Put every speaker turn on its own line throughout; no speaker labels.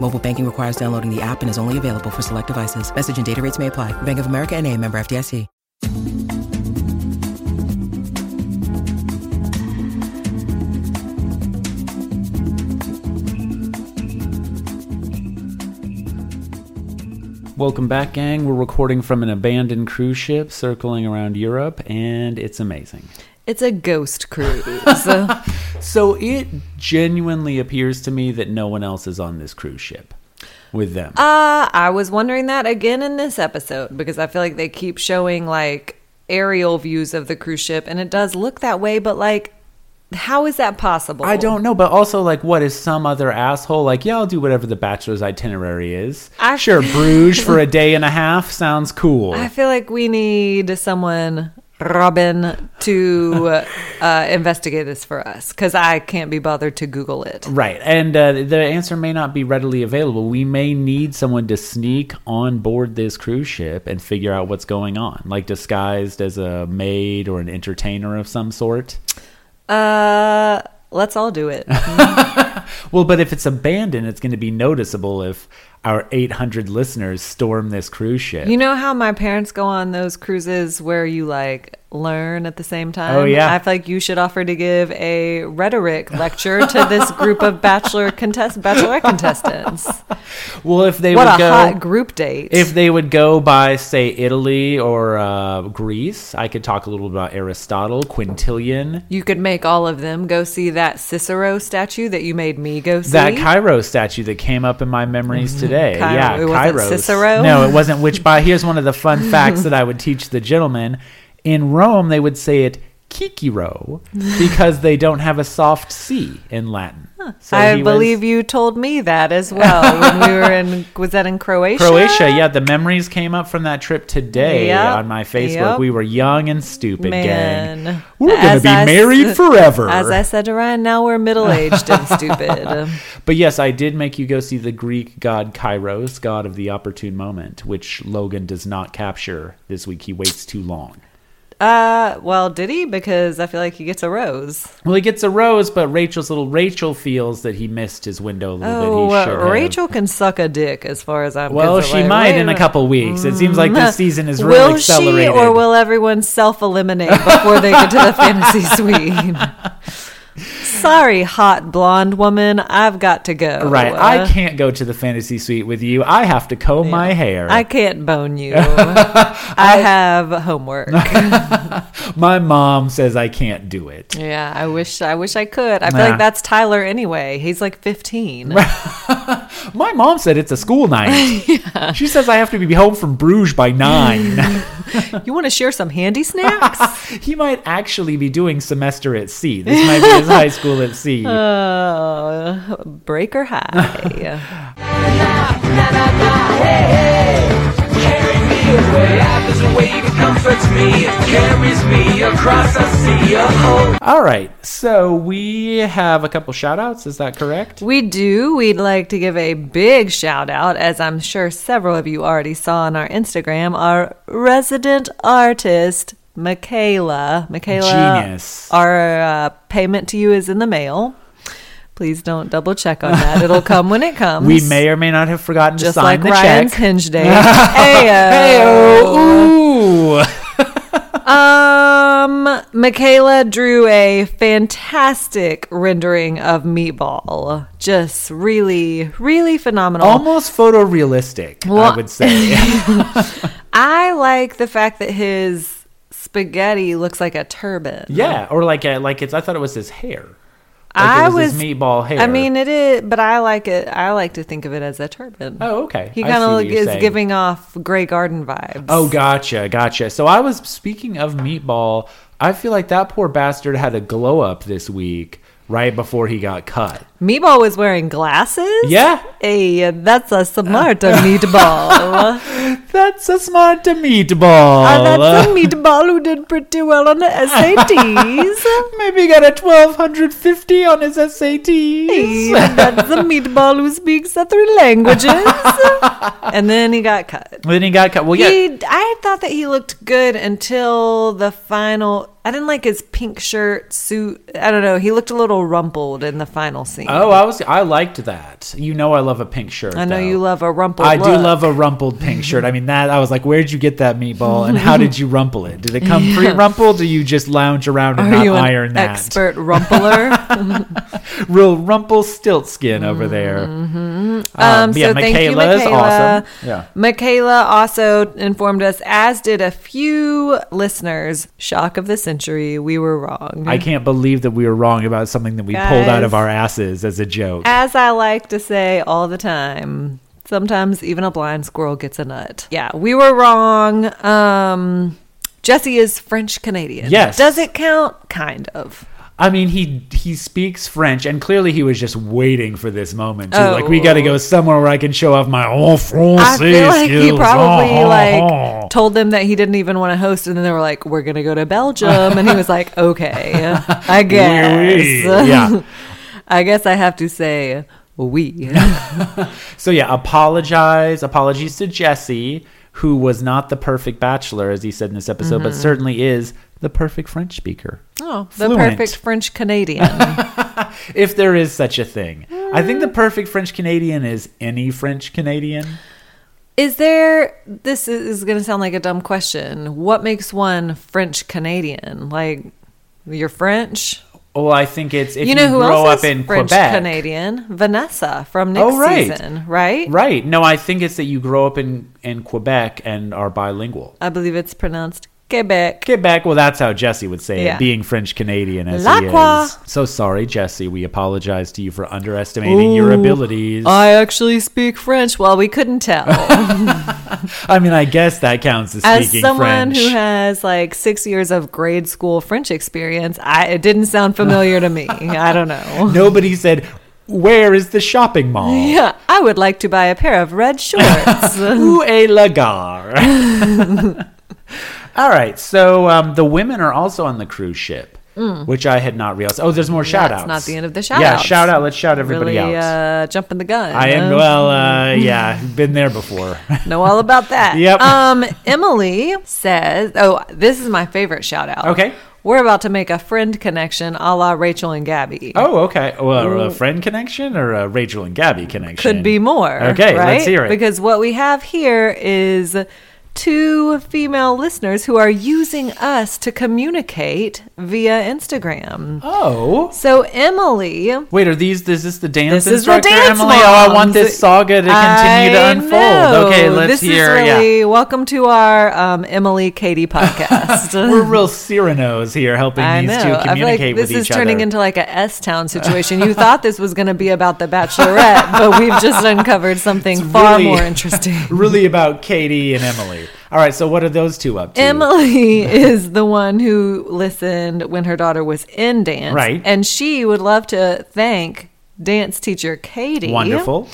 Mobile banking requires downloading the app and is only available for select devices. Message and data rates may apply. Bank of America and a member FDIC.
Welcome back, gang. We're recording from an abandoned cruise ship circling around Europe, and it's amazing.
It's a ghost cruise. Uh, I
So it genuinely appears to me that no one else is on this cruise ship with them.
I was wondering that again in this episode because I feel like they keep showing like aerial views of the cruise ship and it does look that way, but like, how is that possible?
I don't know, but also, like, what is some other asshole like? Yeah, I'll do whatever the bachelor's itinerary is.
I-
sure, Bruges for a day and a half sounds cool.
I feel like we need someone, Robin, to uh, investigate this for us because I can't be bothered to Google it.
Right, and uh, the answer may not be readily available. We may need someone to sneak on board this cruise ship and figure out what's going on, like disguised as a maid or an entertainer of some sort.
Uh, let's all do it.
Well, but if it's abandoned, it's going to be noticeable if our 800 listeners storm this cruise ship.
You know how my parents go on those cruises where you like learn at the same time?
Oh, yeah.
I feel like you should offer to give a rhetoric lecture to this group of bachelor contest bachelorette contestants.
well, if they
what
would
a
go,
hot group date.
if they would go by, say, Italy or uh, Greece, I could talk a little about Aristotle, Quintilian.
you could make all of them go see that Cicero statue that you made me go see.
That Cairo statue that came up in my memories today.
Cairo.
Yeah,
It wasn't
Kairos.
Cicero?
No, it wasn't. Which by here's one of the fun facts that I would teach the gentleman. In Rome, they would say it Kikiro because they don't have a soft C in Latin. So
I
he was-
believe you told me that as well when we were in was that in Croatia?
Croatia, yeah, the memories came up from that trip today
Yep,
on my Facebook.
yep.
We were young and stupid, gang.
Man.
We're gonna
As
be
I s-
married forever.
As I said to Ryan, now we're middle aged and stupid.
But yes, I did make you go see the Greek god Kairos, god of the opportune moment, which Logan does not capture this week. He waits too long.
Uh, well, did he? Because I feel like he gets a rose.
Well, he gets a rose, but Rachel's little Rachel feels that he missed his window a little
Oh,
bit. He should
uh,
have.
Rachel can suck a dick, as far as I'm.
Well, she
concerned. Like,
might
wait
in a
minute.
couple weeks. It seems like this season is really
Will
accelerated.
she, or will everyone self-eliminate before they get to the fantasy suite? Sorry, hot blonde woman, I've got to go.
right? I
Uh,
can't go to the fantasy suite with you. I have to comb my hair.
I can't bone you. I have homework.
my mom says I can't do it.
yeah, I wish I wish I could. I feel
Nah.
like that's Tyler anyway. He's like 15.
My mom said it's a school night. She says I have to be home from Bruges by nine.
You want to share some handy snacks?
he might actually be doing semester at sea. This might be his high school at sea.
Uh. Oh, breaker high.
Carry me away, life is a wave that comforts me. It carries me across a sea of hope.
All right. So we have a couple shout outs. Is that correct?
we do. We'd like to give a big shout out, as I'm sure several of you already saw on our Instagram, our resident artist, Michaela. Michaela,
Genius.
our uh, payment to you is in the mail. Please don't double check on that. It'll come when it comes.
We may or may not have forgotten to
just
sign
like
the
Ryan's
check.
hinge day. Heyo. Oh.
Heyo. Oh, Ooh.
Um, Michaela drew a fantastic rendering of Meatball. Just really, really phenomenal.
Almost photorealistic, I
Well-
would say.
I like the fact that his spaghetti looks like a turban.
uh, yeah, or like a, like it's I thought it was his hair. Like
I
it was, his
was-
meatball hair.
I mean, it is, but I like it. I like to think of it as a turban.
oh, okay.
He
I
kind
see
of
what you're
is
saying.
giving off Grey Garden vibes.
Oh, gotcha, gotcha. So I was speaking of meatball. I feel like that poor bastard had a glow up this week, right before he got cut.
Meatball was wearing glasses.
Yeah,
Hey, that's a smart meatball.
that's a smart meatball.
Uh, that's a meatball who did pretty well on the SATs.
Maybe he got a twelve hundred fifty on his SATs.
Hey, that's the meatball who speaks the three languages. and then he got cut.
Then he got cut. Well, yeah.
He, I thought that he looked good until the final. I didn't like his pink shirt suit. I don't know. He looked a little rumpled in the final scene.
Oh, I was. I liked that. You know, I love a pink shirt.
I know
though.
you love a rumpled.
I do
look.
love a rumpled pink shirt. I mean, that I was like, where'd you get that meatball, and how did you rumple it? Did it come pre-rumpled? Do you just lounge around and
Are
not
you an
iron that?
expert rumpler?
Real rumple stilt skin over there. Mm-hmm.
Um, so thank you, Michaela.
Yeah.
Michaela also informed us, as did a few listeners. Shock of the century, we were wrong.
I can't believe that we were wrong about something that we pulled out of
Guys. Uh,
our asses as a joke.
as I like to say all the time, sometimes even a blind squirrel gets a nut. Yeah, we were wrong. Um, Jesse is French Canadian.
Yes.
does it count? Kind of.
I mean, he he speaks French, and clearly he was just waiting for this moment. Too. Like, we
Oh.
got to go somewhere where I can show off my en français
I feel like
skills.
he probably
Oh,
like
oh, oh.
told them that he didn't even want to host, and then they were like, "We're gonna go to Belgium," and he was like, "Okay, I guess."
Oui, oui. Yeah.
I guess I have to say we.
So yeah, apologize. Apologies to Jesse, who was not the perfect bachelor, as he said in this episode, but certainly is the perfect French speaker.
Mm-hmm. oh, the
Fluent.
perfect French Canadian.
If there is such a thing. I think
Mm.
the perfect French Canadian is any French Canadian.
Is there? This is going to sound like a dumb question. What makes one French Canadian? Like you're French.
Well, I think it's if
you know who
grow
else
up
is
in
French
Quebec.
Canadian? Vanessa from next
Oh, right.
season, right?
Right. No, I think it's that you grow up in, in Quebec and are bilingual.
I believe it's pronounced Quebec.
Quebec, well, that's how Jesse would say
Yeah.
it, being French Canadian as he
Lacroix.
is. So sorry, Jesse. We apologize to you for underestimating your abilities.
I actually speak French. Well, we couldn't tell.
I mean, I guess that counts as
As
speaking
someone
French.
who has like six years of grade school French experience, I, it didn't sound familiar to me. I don't know.
Nobody said, "Where is the shopping mall?"
Yeah, I would like to buy a pair of red shorts.
Où est la gare? All right, so um, the women are also on the cruise ship, which I had not realized. Oh, there's more shout outs.
Mm. That's not the end of the shout
Yeah, shout out. Let's shout everybody
really,
out.
Uh, jumping the gun.
I am,
huh?
well, uh, yeah, been there before.
know all about that.
Yep.
Um, Emily says, "Oh, this is my favorite shout out."
Okay.
We're about to make a friend connection, a la Rachel and Gabby.
oh, okay. Well, a friend connection or a Rachel and Gabby connection?
Could be more.
Okay,
right?
let's hear it.
Because what we have here is two female listeners who are using us to communicate via Instagram.
oh.
So Emily,
Wait, are these? Is this the dance
This is the
instructor,
dance
Emily? Oh, I want
moms.
this saga to continue to
I
unfold.
know.
Okay, let's
this
hear.
Is really,
yeah,
Welcome to our um, Emily Katie podcast.
we're real Cyrano's here, helping
I
these
know.
two
I feel
communicate
like
with
this is
each
turning
other.
into like a S Town situation. You thought this was going to be about the Bachelorette, but we've just uncovered something
It's
far
really-
more interesting.
really about Katie and Emily. All right, so what are those two up to?
Emily is the one who listened when her daughter was in dance,
Right.
And she would love to thank dance teacher Katie.
Wonderful.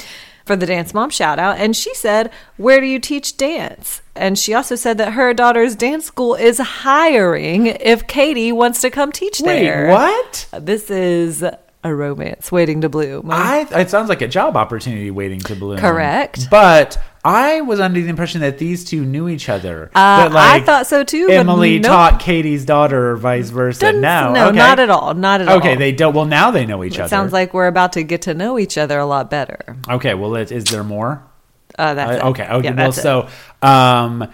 for the Dance Mom shout out. And she said, Where do you teach dance? And she also said that her daughter's dance school is hiring if Katie wants to come teach
Wait,
there.
what?
This is a romance waiting to bloom.
I it sounds like a job opportunity waiting to bloom.
Correct.
But I was under the impression that these two knew each other.
Uh,
that,
I
like,
thought so too. but
Emily
nope.
taught Katie's daughter, or vice versa.
Doesn't-
No,
no,
okay.
not at all. Not at all.
Okay, they don't. Well, now they know each other.
It sounds like we're about to get to know each other a lot better.
Okay, well, is, is there more?
Uh, that's
Uh,
it.
okay, okay.
Yeah,
well,
that's it.
so um,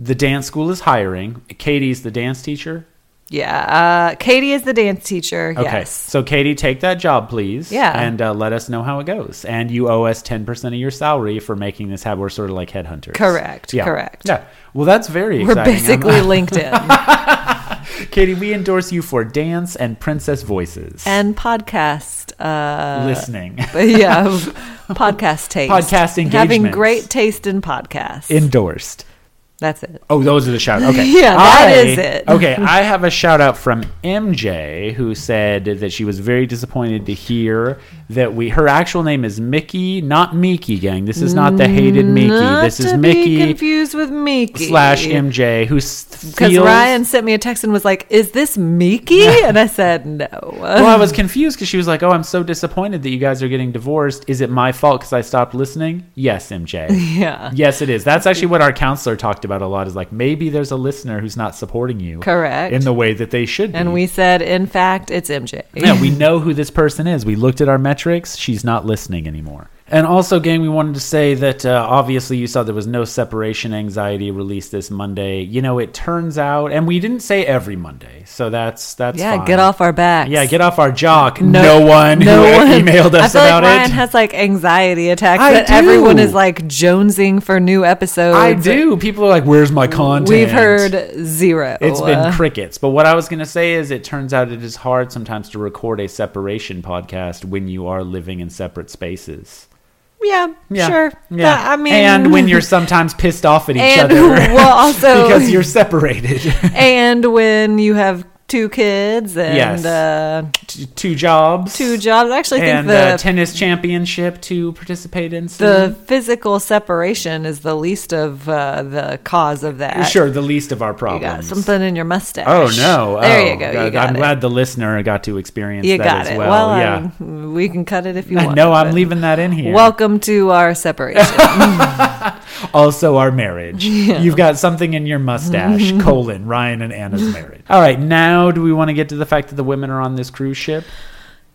the dance school is hiring. Katie's the dance teacher.
yeah, uh, Katie is the dance teacher.
Okay,
Yes,
so Katie, take that job, please.
Yeah.
and uh, let us know how it goes. And you owe us ten percent of your salary for making this happen. We're sort of like headhunters.
Correct,
Yeah.
correct.
Yeah. Well, that's very
we're
exciting. I'm-
basically LinkedIn.
Katie, we endorse you for dance and princess voices.
and podcast. Uh,
listening.
yeah, podcast taste.
Podcast
Having
engagements.
great taste in podcasts.
Endorsed.
That's it.
Oh, those are the shout outs. Okay.
Yeah, that
that is
is it.
okay, I have a shout out from MJ who said that she was very disappointed to hear that we her actual name is Mickey, not Miki gang. This is not the hated Mickey.
Not
This is
to
Mickey
be confused with Mickey
slash MJ who s-
Because
feels-
Ryan sent me a text and was like, "Is this Mickey?" and I said, "No."
well, I was confused because she was like, "Oh, I'm so disappointed that you guys are getting divorced. Is it my fault because I stopped listening?" Yes, MJ.
yeah.
yes, it is. That's actually what our counselor talked about a lot. Is like maybe there's a listener who's not supporting you,
Correct.
in the way that they should.
And
be.
we said, "In fact, it's MJ."
yeah, we know who this person is. We looked at our metrics. She's not listening anymore. And also, gang, we wanted to say that uh, obviously you saw there was no separation anxiety released this Monday. You know, it turns out, and we didn't say every Monday, so that's that's
yeah,
fine.
get off our backs.
Yeah, get off our jock. No, one
no
who e-
one-
emailed us
I feel
about
like Ryan
it.
has like anxiety attacks.
I
that
do.
Everyone is like jonesing for new episodes.
I do. People are like, "Where's my content?"
We've heard zero.
It's been
Uh,
crickets. But what I was going to say is, it turns out it is hard sometimes to record a separation podcast when you are living in separate spaces.
yeah,
Yeah.
sure.
Yeah.
Uh, I mean,
and when you're sometimes pissed off at each
And-
other.
well, also-
because you're separated,
and when you have two kids and
Yes.
uh,
T- two jobs,
two jobs, I actually think
and uh,
the
a tennis championship to participate in.
the physical separation is the least of uh, the cause of that.
soon. sure, the least of our
uh, You
problems.
got something in your mustache.
Oh no!
There
Oh,
you go. You
God,
got
I'm
it.
glad the listener got to experience
You
that
got
as
it.
well.
Well,
yeah.
um, we can cut it if you
I
want.
know I'm
but-
leaving that in here.
Welcome to our separation.
also our marriage. You've got something in your mustache, colon, Ryan and Anna's marriage. All right, now do we want to get to the fact that the women are on this cruise ship?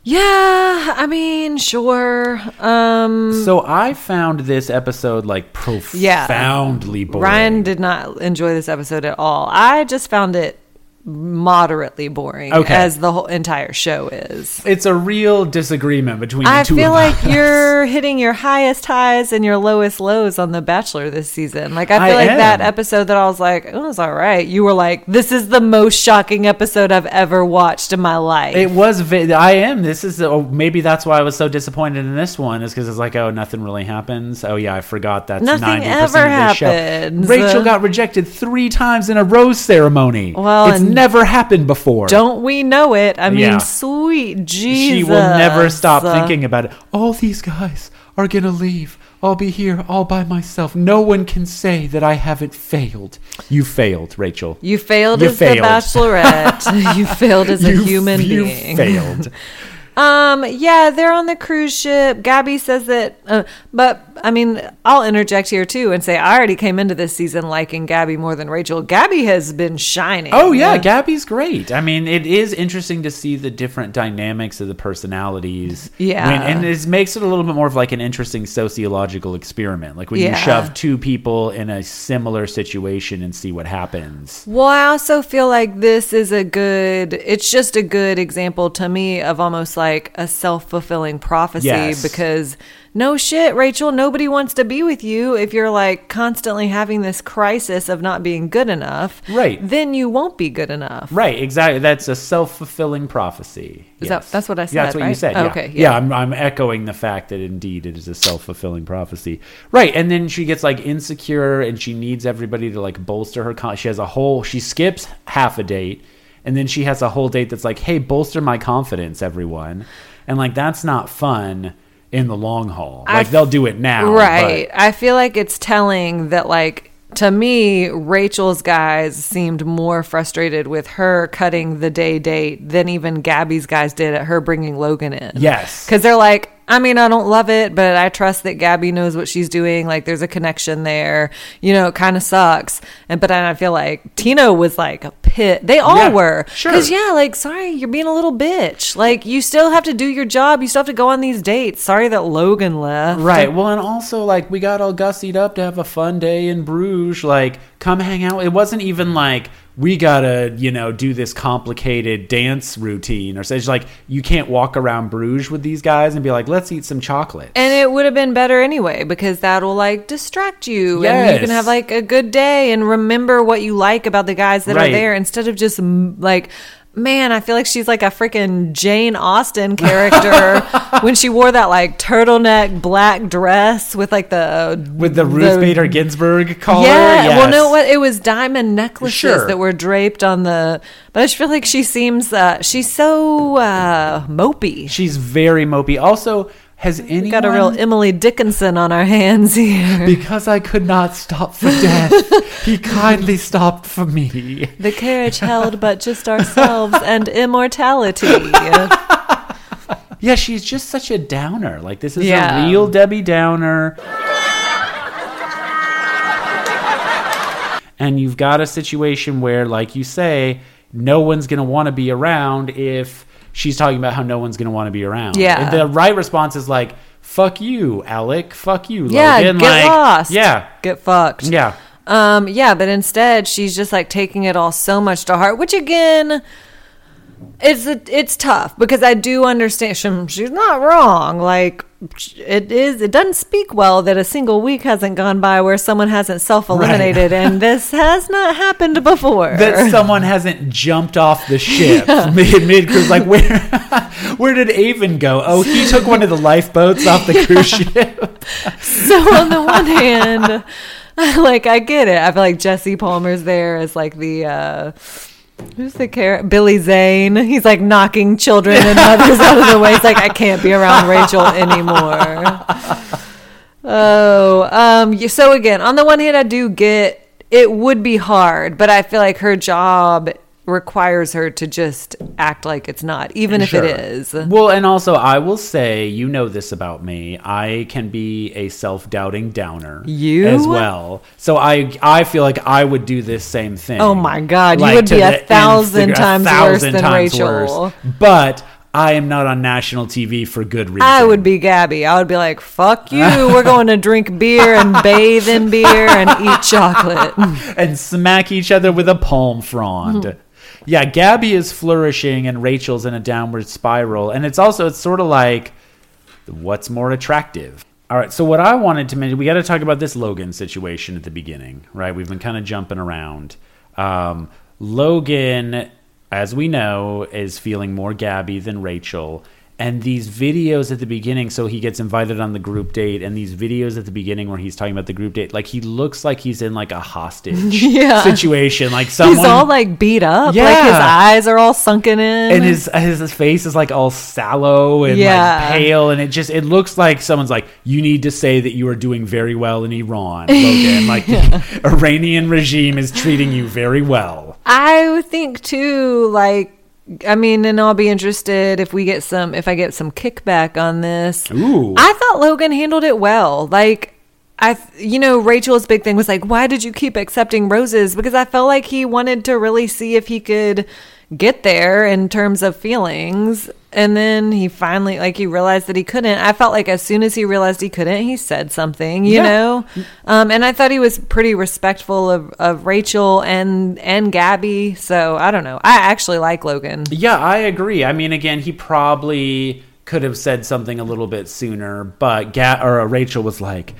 yeah, I mean, sure. Um,
So I found this episode like profoundly boring.
Ryan did not enjoy this episode at all. I just found it moderately boring,
Okay.
as the whole entire show is.
it's a real disagreement between the
I
two
feel
of
like
us.
you're hitting your highest highs and your lowest lows on The Bachelor this season. Like I
I
feel like that
am.
episode that I was like, "Oh, it was all right." You were like, "This is the most shocking episode I've ever watched in my life."
It was. Vi- I am. This is. Oh, maybe that's why I was so disappointed in this one. Is because it's like, oh, nothing really happens. Oh yeah, I forgot that's
Nothing
ninety
ever
percent of this
happens.
show. Rachel got rejected three times in a rose ceremony.
Well,
it's
and
never happened before.
Don't we know it? I mean,
Yeah.
sweet Jesus.
She will never stop thinking about it. All these guys are gonna leave. I'll be here all by myself. No one can say that I haven't failed. You failed, Rachel.
You failed
You
as
failed.
the Bachelorette. you failed as a
You-
human
you
being.
failed.
Um, yeah, they're on the cruise ship. Gabby says that, uh, but I mean, I'll interject here too and say I already came into this season liking Gabby more than Rachel. Gabby has been shining.
Oh yeah, Gabby's great. I mean, it is interesting to see the different dynamics of the personalities.
Yeah.
When- and it makes it a little bit more of like an interesting sociological experiment, like when you
Yeah.
shove two people in a similar situation and see what happens.
Well, I also feel like this is a good, it's just a good example to me of almost like a self fulfilling prophecy
Yes.
because no shit, Rachel, nobody wants to be with you if you're like constantly having this crisis of not being good enough.
Right.
Then you won't be good enough.
Right, exactly. That's a self-fulfilling prophecy.
Is that- that's what I said,
That's what you
right?
said.
Oh,
yeah.
okay,
Yeah,
yeah.
I'm, I'm echoing the fact that indeed it is a self-fulfilling prophecy. Right, and then she gets like insecure and she needs everybody to like bolster her con- she has a whole she skips half a date and then she has a whole date that's like, "Hey, bolster my confidence, everyone." And like that's not fun in the long haul.
I
Like they'll do it now.
Right.
but-
I feel like it's telling that, like, to me, Rachel's guys seemed more frustrated with her cutting the day date than even Gabby's guys did at her bringing Logan in.
Yes.
Because they're like, I mean, I don't love it, but I trust that Gabby knows what she's doing. Like, there's a connection there. You know, it kind of sucks. And but I feel like Tino was like a pit. They all
Yeah,
were.
sure.
Because yeah, like, sorry, you're being a little bitch. Like, you still have to do your job. You still have to go on these dates. Sorry that Logan left.
Right. Well, and also like we got all gussied up to have a fun day in Bruges. Like, come hang out. It wasn't even like we gotta, you know, do this complicated dance routine or so. It's like you can't walk around Bruges with these guys and be like, let's eat some chocolate.
And it would have been better anyway because that'll like distract you and you
Yes.
can have like a good day and remember what you like about the guys that
Right.
are there instead of just mm, like man, I feel like she's like a freaking Jane Austen character when she wore that like turtleneck black dress with like the
with the Ruth
the-
Bader Ginsburg collar.
yeah,
Yes.
well, no, what it was diamond necklaces
Sure.
that were draped on the. But I just feel like she seems uh, she's so uh, mopey. She
She's very mopey. Also, has anyone
got a real Emily Dickinson on our hands here.
because I could not stop for death, he kindly stopped for me.
The carriage held but just ourselves and immortality.
Yeah, she's just such a downer. Like this is
Yeah.
a real Debbie Downer. and you've got a situation where, like you say, no one's gonna want to be around if she's talking about how no one's gonna want to be around.
Yeah.
And the right response is like, "Fuck you, Alec. Fuck you,
yeah,
Logan."
get
like,
lost.
Yeah,
get fucked.
yeah.
Um, yeah, but instead she's just like taking it all so much to heart, which again, it's it's tough because I do understand she- she's not wrong. Like it is, it doesn't speak well that a single week hasn't gone by where someone hasn't self eliminated, and this has not happened before.
that someone hasn't jumped off the ship mid mid cruise. Like where where did Avon go? Oh, he took one of the lifeboats off the cruise ship.
so on the one hand, like I get it. I feel like Jesse Palmer's there as like the. uh Who's the character? Billy Zane. He's like knocking children and mothers out of the way. He's like, I can't be around Rachel anymore. Oh, um. y- So again, on the one hand, I do get it would be hard, but I feel like her job requires her to just act like it's not, even if
Sure.
it is.
Well, and also I will say, you know this about me. I can be a self doubting downer.
You?
as well. So I I feel like I would do this same thing.
Oh my God, you would
to
be a
the nth
thousand
degree-
times worse than Rachel.
But I am not on national TV for good reason.
I would be Gabby. I would be like, fuck you. We're going to drink beer and bathe in beer and eat chocolate.
and smack each other with a palm frond. Yeah, Gabby is flourishing and Rachel's in a downward spiral. And it's also it's sort of like what's more attractive. All right, so what I wanted to mention, we got to talk about this Logan situation at the beginning, right? We've been kind of jumping around. Um, Logan, as we know, is feeling more Gabby than Rachel. And these videos at the beginning, so he gets invited on the group date, and these videos at the beginning where he's talking about the group date, like he looks like he's in like a hostage
Yeah.
situation, like someone
He's all like beat up. Like his
Yeah.
eyes are all sunken in.
and his his face is like all sallow and
Yeah.
like pale, and it just it looks like someone's like, "You need to say that you are doing very well in Iran, Logan. like the Iranian regime is treating you very well."
I think too, like, I mean, and I'll be interested if we get some, if I get some kickback on this.
Ooh.
I thought Logan handled it well. Like, I, th- you know, Rachel's big thing was like, why did you keep accepting roses? Because I felt like he wanted to really see if he could get there in terms of feelings. And then he finally, like, he realized that he couldn't. I felt like as soon as he realized he couldn't, he said something, you
Yeah.
know? Um, and I thought he was pretty respectful of, of Rachel and and Gabby. So I don't know. I actually like Logan.
Yeah, I agree. I mean, again, he probably could have said something a little bit sooner, but Ga- or uh, Rachel was like.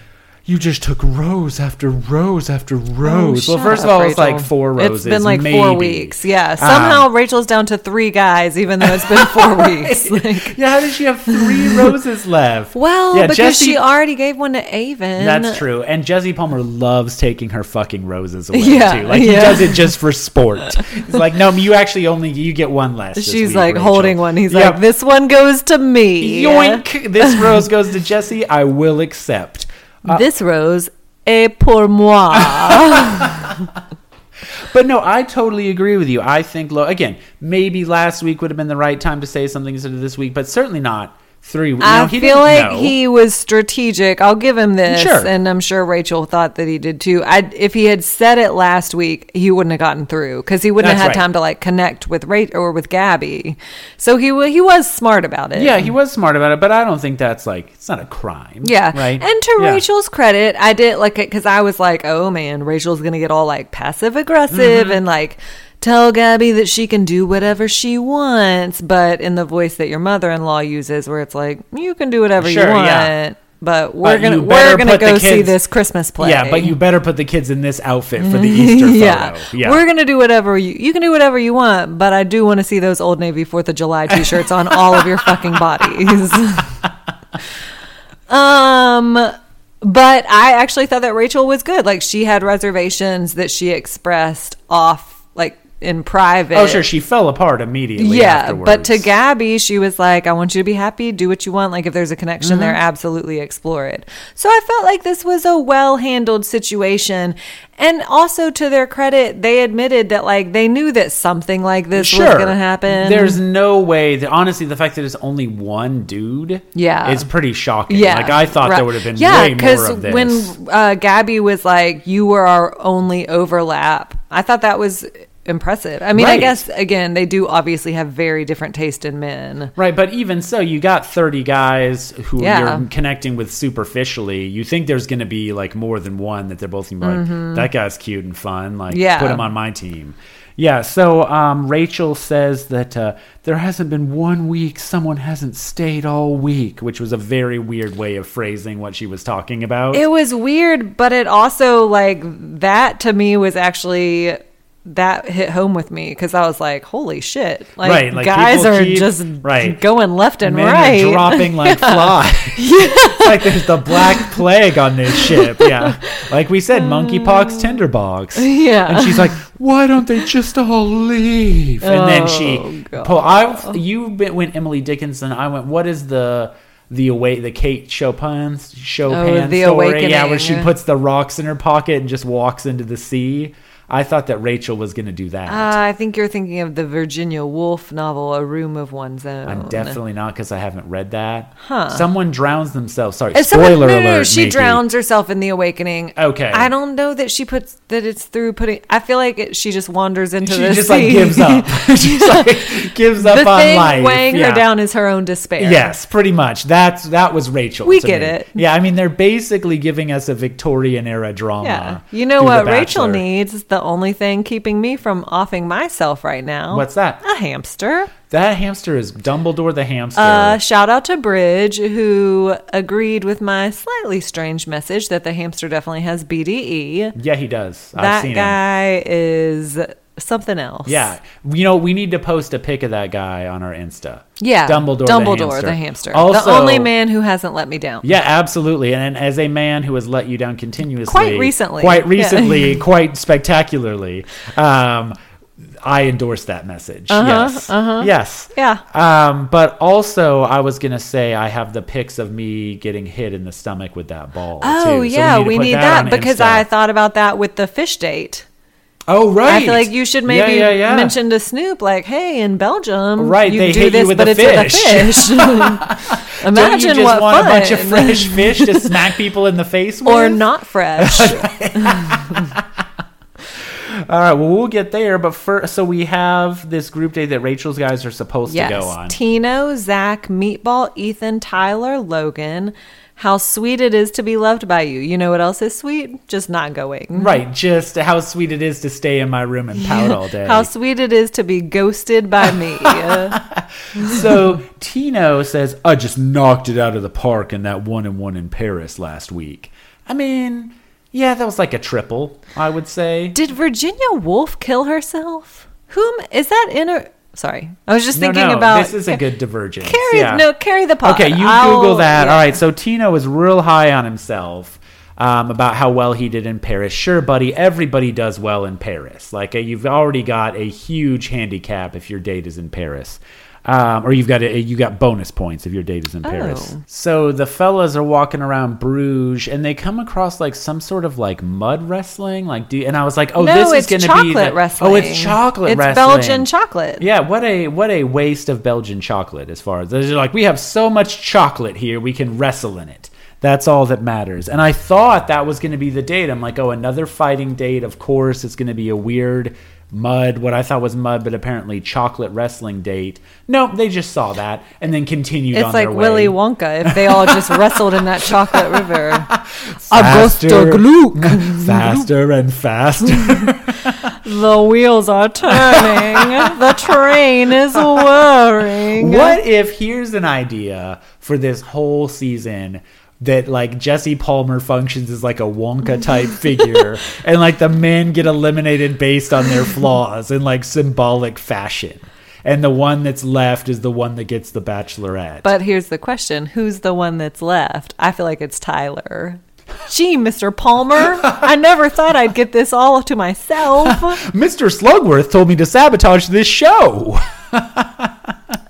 You just took rose after rose after rose. well,
Oh, shut
first of
up,
all, it's like
Rachel.
four roses.
It's been like
maybe. Um,
four weeks. Yeah. Somehow Rachel's down to three guys, even though it's been four weeks. Like,
Yeah, how does she have three roses left?
well,
Yeah,
because
Jesse-
she already gave one to Avon.
That's true. And Jesse Palmer loves taking her fucking roses away
Yeah,
too. Like he
yeah.
does it just for sport. He's like, no, you actually only you get one less. this
She's
week,
like
Rachel."
holding one. He's
Yep.
like, this one goes to me.
yoink. This rose goes to Jesse. I will accept. Uh,
This rose est pour moi.
But no, I totally agree with you. I think Lo- again, maybe last week would have been the right time to say something instead of this week, but certainly not three. You
I
know, he didn't
feel like
know.
he was strategic. I'll give him this,
Sure.
and I'm sure Rachel thought that he did too. I, if he had said it last week, he wouldn't have gotten through because he wouldn't have
That's
had
right.
time to like connect with Rachel or with Gabby. So he wa- he was smart about it.
Yeah, he was smart about it, but I don't think that's like it's not a crime.
Yeah.
Right.
And to
Yeah.
Rachel's credit,
Mm-hmm.
I did like it because I was like, oh man, Rachel's going to get all like passive aggressive and like tell Gabby that she can do whatever she wants, but in the voice that your mother in law uses, where it's like, you can do whatever
Sure,
you want.
yeah.
But we're
But
gonna
you
we're
better
gonna
put the
go see
kids-
this Christmas play.
Yeah, but you better put the kids in this outfit for the Easter photo.
yeah.
Yeah.
we're gonna do whatever you you can do whatever you want, but I do want to see those Old Navy Fourth of July T-shirts on all of your fucking bodies. um, but I actually thought that Rachel was good. Like she had reservations that she expressed off, like in private.
oh, sure. She fell apart immediately.
Yeah,
afterwards.
but to Gabby, she was like, I want you to be happy, do what you want. Like, if there's a connection there,
Mm-hmm.
absolutely explore it. So I felt like this was a well handled situation. And also, to their credit, they admitted that, like, they knew that something like this was going to happen.
There's no way that honestly, the fact that it's only one dude,
Yeah.
is pretty shocking.
Yeah.
like I thought
right.
there would have been
yeah,
way more of this.
when uh, Gabby was like, you were our only overlap, I thought that was impressive. I mean, I
Right.
guess, again, they do obviously have very different taste in men.
Right, but even so, you got 30 guys who
Yeah.
you're connecting with superficially. You think there's going to be like more than one that they're both gonna be like, that guy's cute and fun. Like,
Mm-hmm. Yeah.
put him on my team. Yeah, so um, Rachel says that uh, there hasn't been one week someone hasn't stayed all week, which was a very weird way of phrasing what she was talking about.
It was weird, but it also like that to me was actually that hit home with me because I was like, "Holy shit!" Like,
Right, like,
guys
people
are
keep-
just
right.
going left and
Men are
right.
dropping like flies. it's like there's the black plague on this ship. Yeah, like we said, monkeypox, tinderbox.
Yeah.
and she's like, "Why don't they just all leave?" And then she,
Oh,
pull, I, you bit- went Emily Dickinson. I went, "What is the?" The away, the Kate Chopin, Chopin
Oh, The
story, yeah, where
Awakening.
she puts the rocks in her pocket and just walks into the sea. I thought that Rachel was going to do that.
Uh, I think you're thinking of the Virginia Woolf novel, A Room of One's Own.
I'm definitely not because I haven't read that. Someone drowns themselves. Sorry,
If
spoiler
someone, no, no,
alert.
no, she
Nikki.
drowns herself in the awakening.
Okay.
I don't know that she puts that it's through putting. I feel like it, she just wanders into
She
the
just
sea.
like gives up. She's like gives up
the
on
thing
life.
weighing
Yeah.
her down is her own despair.
Yes, pretty much. That's that was Rachel.
We
to
get
me.
it.
Yeah, I mean they're basically giving us a Victorian era drama.
Yeah. You know
through
what
Uh, The
Rachel
Bachelor.
needs? is The only thing keeping me from offing myself right now.
What's that?
A hamster.
That hamster is Dumbledore the hamster.
Uh, shout out to Bridge, who agreed with my slightly strange message that the hamster definitely has BDE.
yeah, he does. I've
That
seen him.
guy is something else.
Yeah, you know we need to post a pic of that guy on our Insta.
Yeah.
Dumbledore,
Dumbledore
the hamster.
Also, the only man who hasn't let me down.
Yeah, absolutely. And, and as a man who has let you down continuously,
Quite recently.
quite
Yeah.
recently, quite spectacularly, um, I endorse that message. yes. Yes.
Uh-huh, Yeah.
Um, but also, I was going to say I have the pics of me getting hit in the stomach with that ball.
Oh,
too. So
yeah.
to
we
put
need that,
on
because
Insta.
I thought about that with the fish date.
Oh, right.
I feel like you should
Yeah,
maybe
yeah, yeah.
mention to Snoop, like, hey, in Belgium,
Right,
you
they
do
hit you
this,
with
but
a
it's
fish."
with a fish.
Don't
Imagine
you just
what
want
fun.
a bunch of fresh fish to smack people in the face with?
or not fresh.
All right, well, we'll get there. But first, so we have this group date that Rachel's guys are supposed to go on.
yes, Tino, Zach, Meatball, Ethan, Tyler, Logan. How sweet it is to be loved by you. You know what else is sweet? Just not going.
Right, just how sweet it is to stay in my room and pout all day.
How sweet it is to be ghosted by me. Uh,
so Tino says, I just knocked it out of the park in that one and one in Paris last week. I mean, yeah, that was like a triple, I would say.
Did Virginia Woolf kill herself? Whom is that in a? Sorry, I was just
No,
thinking
no,
about
this is a good divergence.
Carry
Yeah.
no, carry the pot.
Okay, you
I'll-
Google that.
yeah.
All right, so Tino is real high on himself um, about how well he did in Paris. Sure, buddy, everybody does well in Paris. Like, uh, you've already got a huge handicap if your date is in Paris. Um, or you've got a, you got bonus points if your date is in Paris.
Oh.
So the fellas are walking around Bruges, and they come across like some sort of like mud wrestling, like. Do, and I was like, oh,
no,
this
it's
is going to
chocolate
be the-
wrestling.
Oh, it's chocolate
It's
wrestling.
Belgian chocolate.
Yeah, what a what a waste of Belgian chocolate as far as they're like we have so much chocolate here we can wrestle in it. That's all that matters. And I thought that was going to be the date. I'm like, oh, another fighting date. Of course, it's going to be a weird mud. What I thought was mud, but apparently chocolate wrestling date. No, they just saw that and then continued.
It's
on
like
their
Willy
way.
Wonka if they all just wrestled in that chocolate river.
faster, faster and faster.
The wheels are turning. the train is whirring.
What if here's an idea for this whole season that like Jesse Palmer functions as like a Wonka type figure and like the men get eliminated based on their flaws in like symbolic fashion. And the one that's left is the one that gets the bachelorette.
But here's the question who's the one that's left? I feel like it's Tyler. Gee, Mr. Palmer, I never thought I'd get this all to myself.
Mr. Slugworth told me to sabotage this show.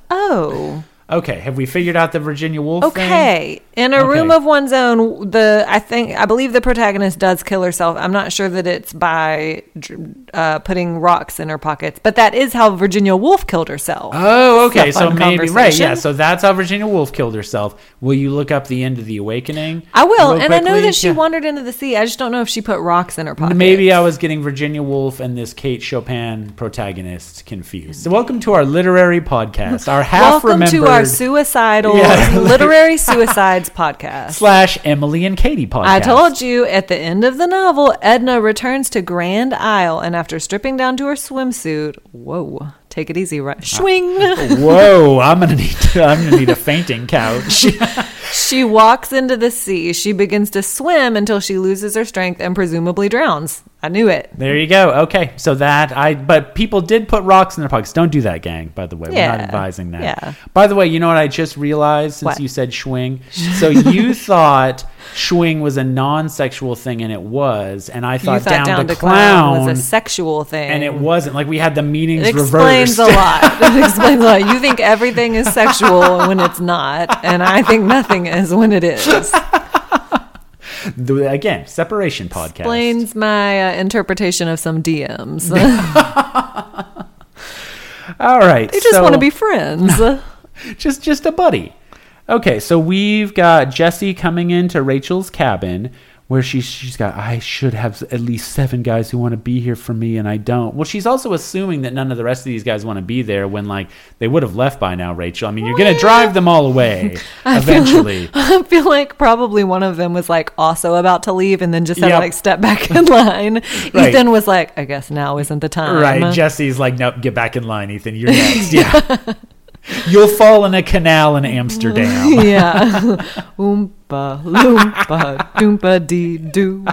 Oh,
Okay, have we figured out the Virginia Woolf thing?
okay. In a
Okay.
room of one's own, the I think I believe the protagonist does kill herself. I'm not sure that it's by dr- uh, putting rocks in her pockets, but that is how Virginia Woolf killed herself.
Oh, okay.
It's a
So
fun
maybe right,
conversation.
yeah. So that's how Virginia Woolf killed herself. Will you look up the end of the Awakening?
I will,
real
and I know
quickly?
that she
Yeah.
wandered into the sea. I just don't know if she put rocks in her pockets.
Maybe I was getting Virginia Woolf and this Kate Chopin protagonist confused. So welcome to our literary podcast, our half
Mm. Welcome
remembered
to our suicidal
Yeah.
literary suicides podcast.
slash Emily and Katie podcast.
I told you at the end of the novel, Edna returns to Grand Isle, and after stripping down to her swimsuit, whoa, take it easy, right?
Uh,
Swing.
Whoa, I'm gonna need to, I'm gonna need a fainting couch.
she walks into the sea. She begins to swim until she loses her strength and presumably drowns. I knew it.
there you go. Okay, so that I but people did put rocks in their pockets. Don't do that, gang. By the way, we're
Yeah,
not advising that.
yeah.
By the way, you know what I just realized since
What?
you said swing. So you thought swing was a non-sexual thing, and it was, and I thought,
you thought down, to, clown, was a sexual thing.
and it wasn't like we had the meanings
It explains
reversed.
a lot. It explains a lot. You think everything is sexual when it's not, and I think nothing is when it is.
The- Again, separation podcast.
Explains my uh, interpretation of some DMs.
All right,
they just
so-
want to be friends.
just just a buddy. Okay, so we've got Jesse coming into Rachel's cabin where she she's got I should have at least seven guys who want to be here for me and I don't. Well, she's also assuming that none of the rest of these guys want to be there when like they would have left by now, Rachel. I mean, you're going to drive them all away eventually.
I feel like probably one of them was like also about to leave, and then just had to
Yep.
like step back in line.
Right.
Ethan was like, "I guess now isn't the time."
Right. Jesse's like, nope, get back in line, Ethan. You're next. Yeah. You'll fall in a canal in Amsterdam.
yeah. Oompa loompa doompa dee doo.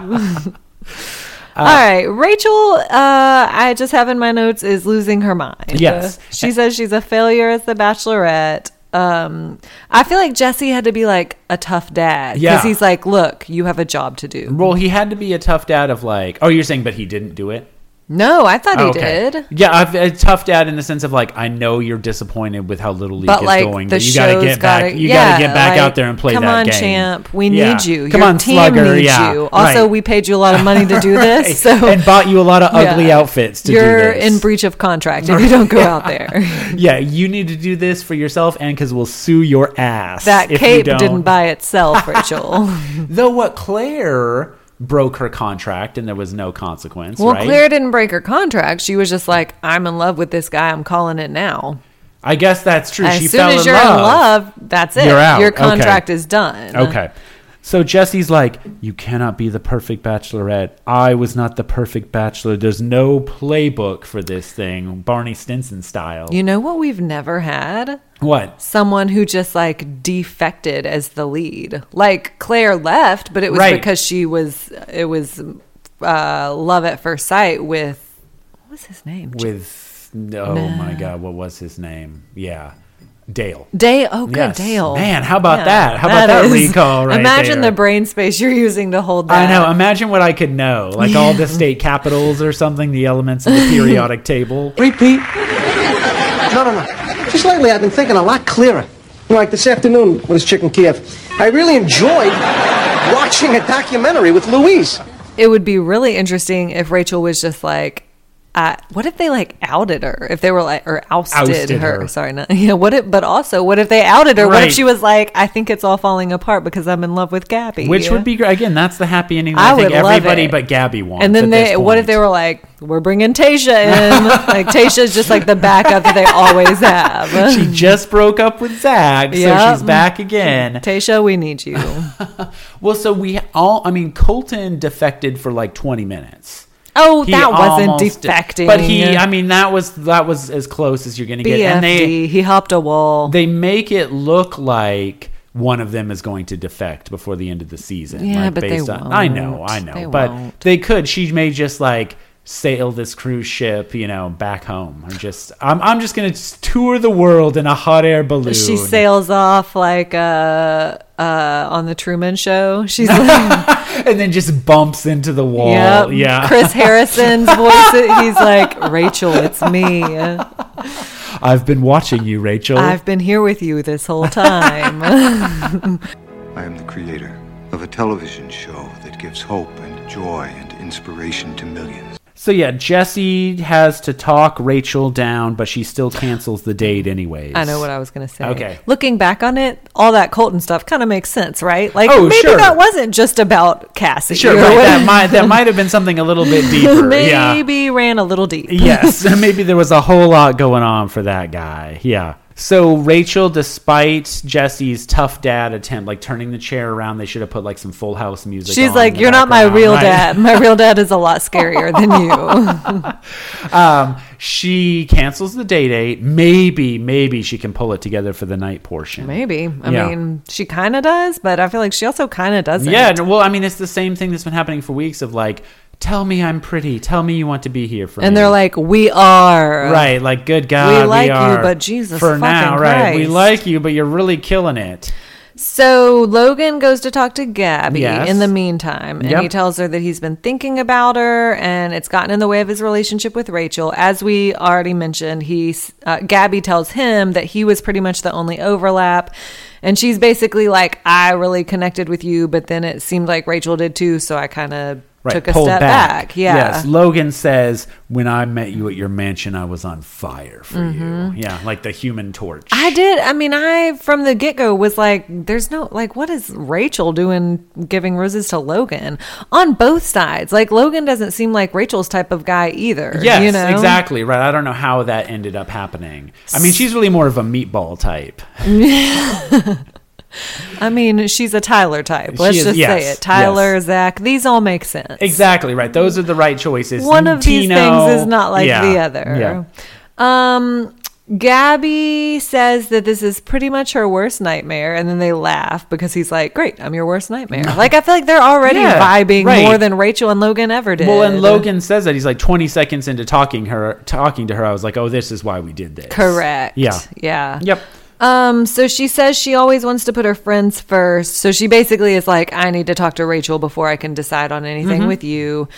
All right, Rachel. Uh, I just have in my notes is losing her mind.
Yes.
she says she's a failure as the Bachelorette. Um, I feel like Jesse had to be like a tough dad because
Yeah.
he's like, "Look, you have a job to do."
well, he had to be a tough dad of like, oh, you're saying, but he didn't do it? Oh,
No, I thought he
Okay.
did.
Yeah, I've, a tough dad in the sense of like I know you're disappointed with how little league
But
is
like
going,
the
but you gotta
show's
get
gotta,
back. You
yeah,
gotta get back
like,
out there and play
Come
that
on,
game.
champ. We
Yeah.
need you.
Come
Your
on,
team
slugger.
needs
yeah.
you. Also,
Right.
we paid you a lot of money to do this,
Right.
so
and bought you a lot of ugly
Yeah.
outfits to
You're
do this.
in breach of contract if you don't go out there.
yeah, you need to do this for yourself, and because we'll sue your ass.
That
if you
cape
don't.
didn't buy itself, Rachel.
Though what Claire broke her contract and there was no consequence.
well,
right?
Claire didn't break her contract. She was just like, "I'm in love with this guy. I'm calling it now."
I guess that's true.
As
she
soon
fell
as
in
you're
love.
in love, that's it.
You're out.
Your
Okay.
contract is done.
Okay. So Jesse's like, You cannot be the perfect bachelorette. I was not the perfect bachelor. There's no playbook for this thing, Barney Stinson style.
You know what we've never had?
what?
someone who just like defected as the lead. Like Claire left, but it was
Right.
because she was it was uh love at first sight with what was his name?
With, oh my God, what was his name? Yeah. Dale.
Day oh good
Yes.
Dale.
Man, how about that? How about that recall right
Imagine
there.
the brain space you're using to hold that.
I know. Imagine what I could know. Like all the state capitals or something, the elements of the periodic table.
Repeat. No, no, no. Just lately, I've been thinking a lot clearer. You know, like this afternoon with his chicken Kiev. I really enjoyed watching a documentary with Louise.
It would be really interesting if Rachel was just like uh, what if they like outed her? If they were like or ousted,
Ousted
her.
her.
Sorry, not yeah. What if? But also, what if they outed her? What
Right.
if she was like, "I think it's all falling apart because I'm in love with Gabby,"
Which would be great. Again, that's the happy ending that
I
I, think
would love
everybody
it.
but Gabby wants.
And then
at
they,
this
what if
point.
they were like, we're bringing Tasha in? like, Tasha's just like the backup that they always have.
she just broke up with Zach, so she's
"Hmm." Yep.
back again.
Tasha, we need you.
Well, so we all, I mean, Colton defected for like 20 minutes.
Oh,
He
that wasn't
almost did.
defecting.
But he, I mean, that was that was as close as you're going to get.
BFD.
And they
he hopped a wall.
they make it look like one of them is going to defect before the end of the season.
Yeah,
like,
but they won't.
I know, I know,
They
but
won't.
they could. She may just like sail this cruise ship, you know, back home. I'm just, I'm, I'm just gonna just tour the world in a hot air balloon.
she sails off like uh, uh, on the Truman Show. She's like,
and then just bumps into the wall.
yep.
Yeah,
Chris Harrison's voice. He's like, Rachel, it's me.
I've been watching you, Rachel.
I've been here with you this whole time.
I am the creator of a television show that gives hope and joy and inspiration to millions.
So yeah, Jesse has to talk Rachel down, but she still cancels the date anyways.
I know what I was going to say.
Okay.
Looking back on it, all that Colton stuff kind of makes sense, right? Like,
Oh,
maybe
sure.
that wasn't just about Cassie.
Sure,
or
right,
what-
that might that might have been something a little bit deeper. yeah.
maybe ran a little deep.
yes, maybe there was a whole lot going on for that guy. Yeah. So Rachel, despite Jesse's tough dad attempt, like turning the chair around, they should have put like some Full House music.
She's
on in
like,
the
You're not my
background,"
real
right?
dad. My real dad is a lot scarier than you.
Um, she cancels the day date. Maybe, maybe she can pull it together for the night portion.
Maybe. I
Yeah.
mean, she kind of does, but I feel like she also kind of doesn't.
Yeah, no, well, I mean, it's the same thing that's been happening for weeks of like, tell me I'm pretty, tell me you want to be here for me.
And they're like, we are.
right, like, good God,
like you,
are
but Jesus
for
fucking
now, right? We
Christ."
like you, but you're really killing it.
So Logan goes to talk to Gabby
Yes.
in the meantime, and
Yep.
he tells her that he's been thinking about her, and it's gotten in the way of his relationship with Rachel. As we already mentioned, he s- uh, Gabby tells him that he was pretty much the only overlap, and she's basically like, "I really connected with you, but then it seemed like Rachel did too, so I kind of
Right,
took a
pulled
step back." Yeah.
Yes. Logan says, "When I met you at your mansion, I was on fire for you." Yeah, like the Human Torch.
Mm-hmm. I did. I mean, I from the get go was like, there's no like, what is Rachel doing giving roses to Logan on both sides? Like, Logan doesn't seem like Rachel's type of guy either.
Yes,
you know?
exactly. Right. I don't know how that ended up happening. I mean, she's really more of a meatball type.
I mean, she's a Tyler type. Let's
She is-
just say
yes,
it. Tyler,
yes.
Zach, these all make sense.
Exactly right. Those are the right choices.
One of these
Tino-
things is not like
Yeah,
the other.
Yeah.
Um. Gabby says that this is pretty much her worst nightmare, and then they laugh because he's like, "Great, I'm your worst nightmare." Like I feel like they're already
Yeah,
vibing
right.
more than Rachel and Logan ever did.
Well, and Logan says that he's like 20 seconds into talking her talking to her. I was like, "Oh, this is why we did this."
Correct.
Yeah.
Yeah.
Yep.
Um, so she says she always wants to put her friends first. So she basically is like, I need to talk to Rachel before I can decide on anything with you.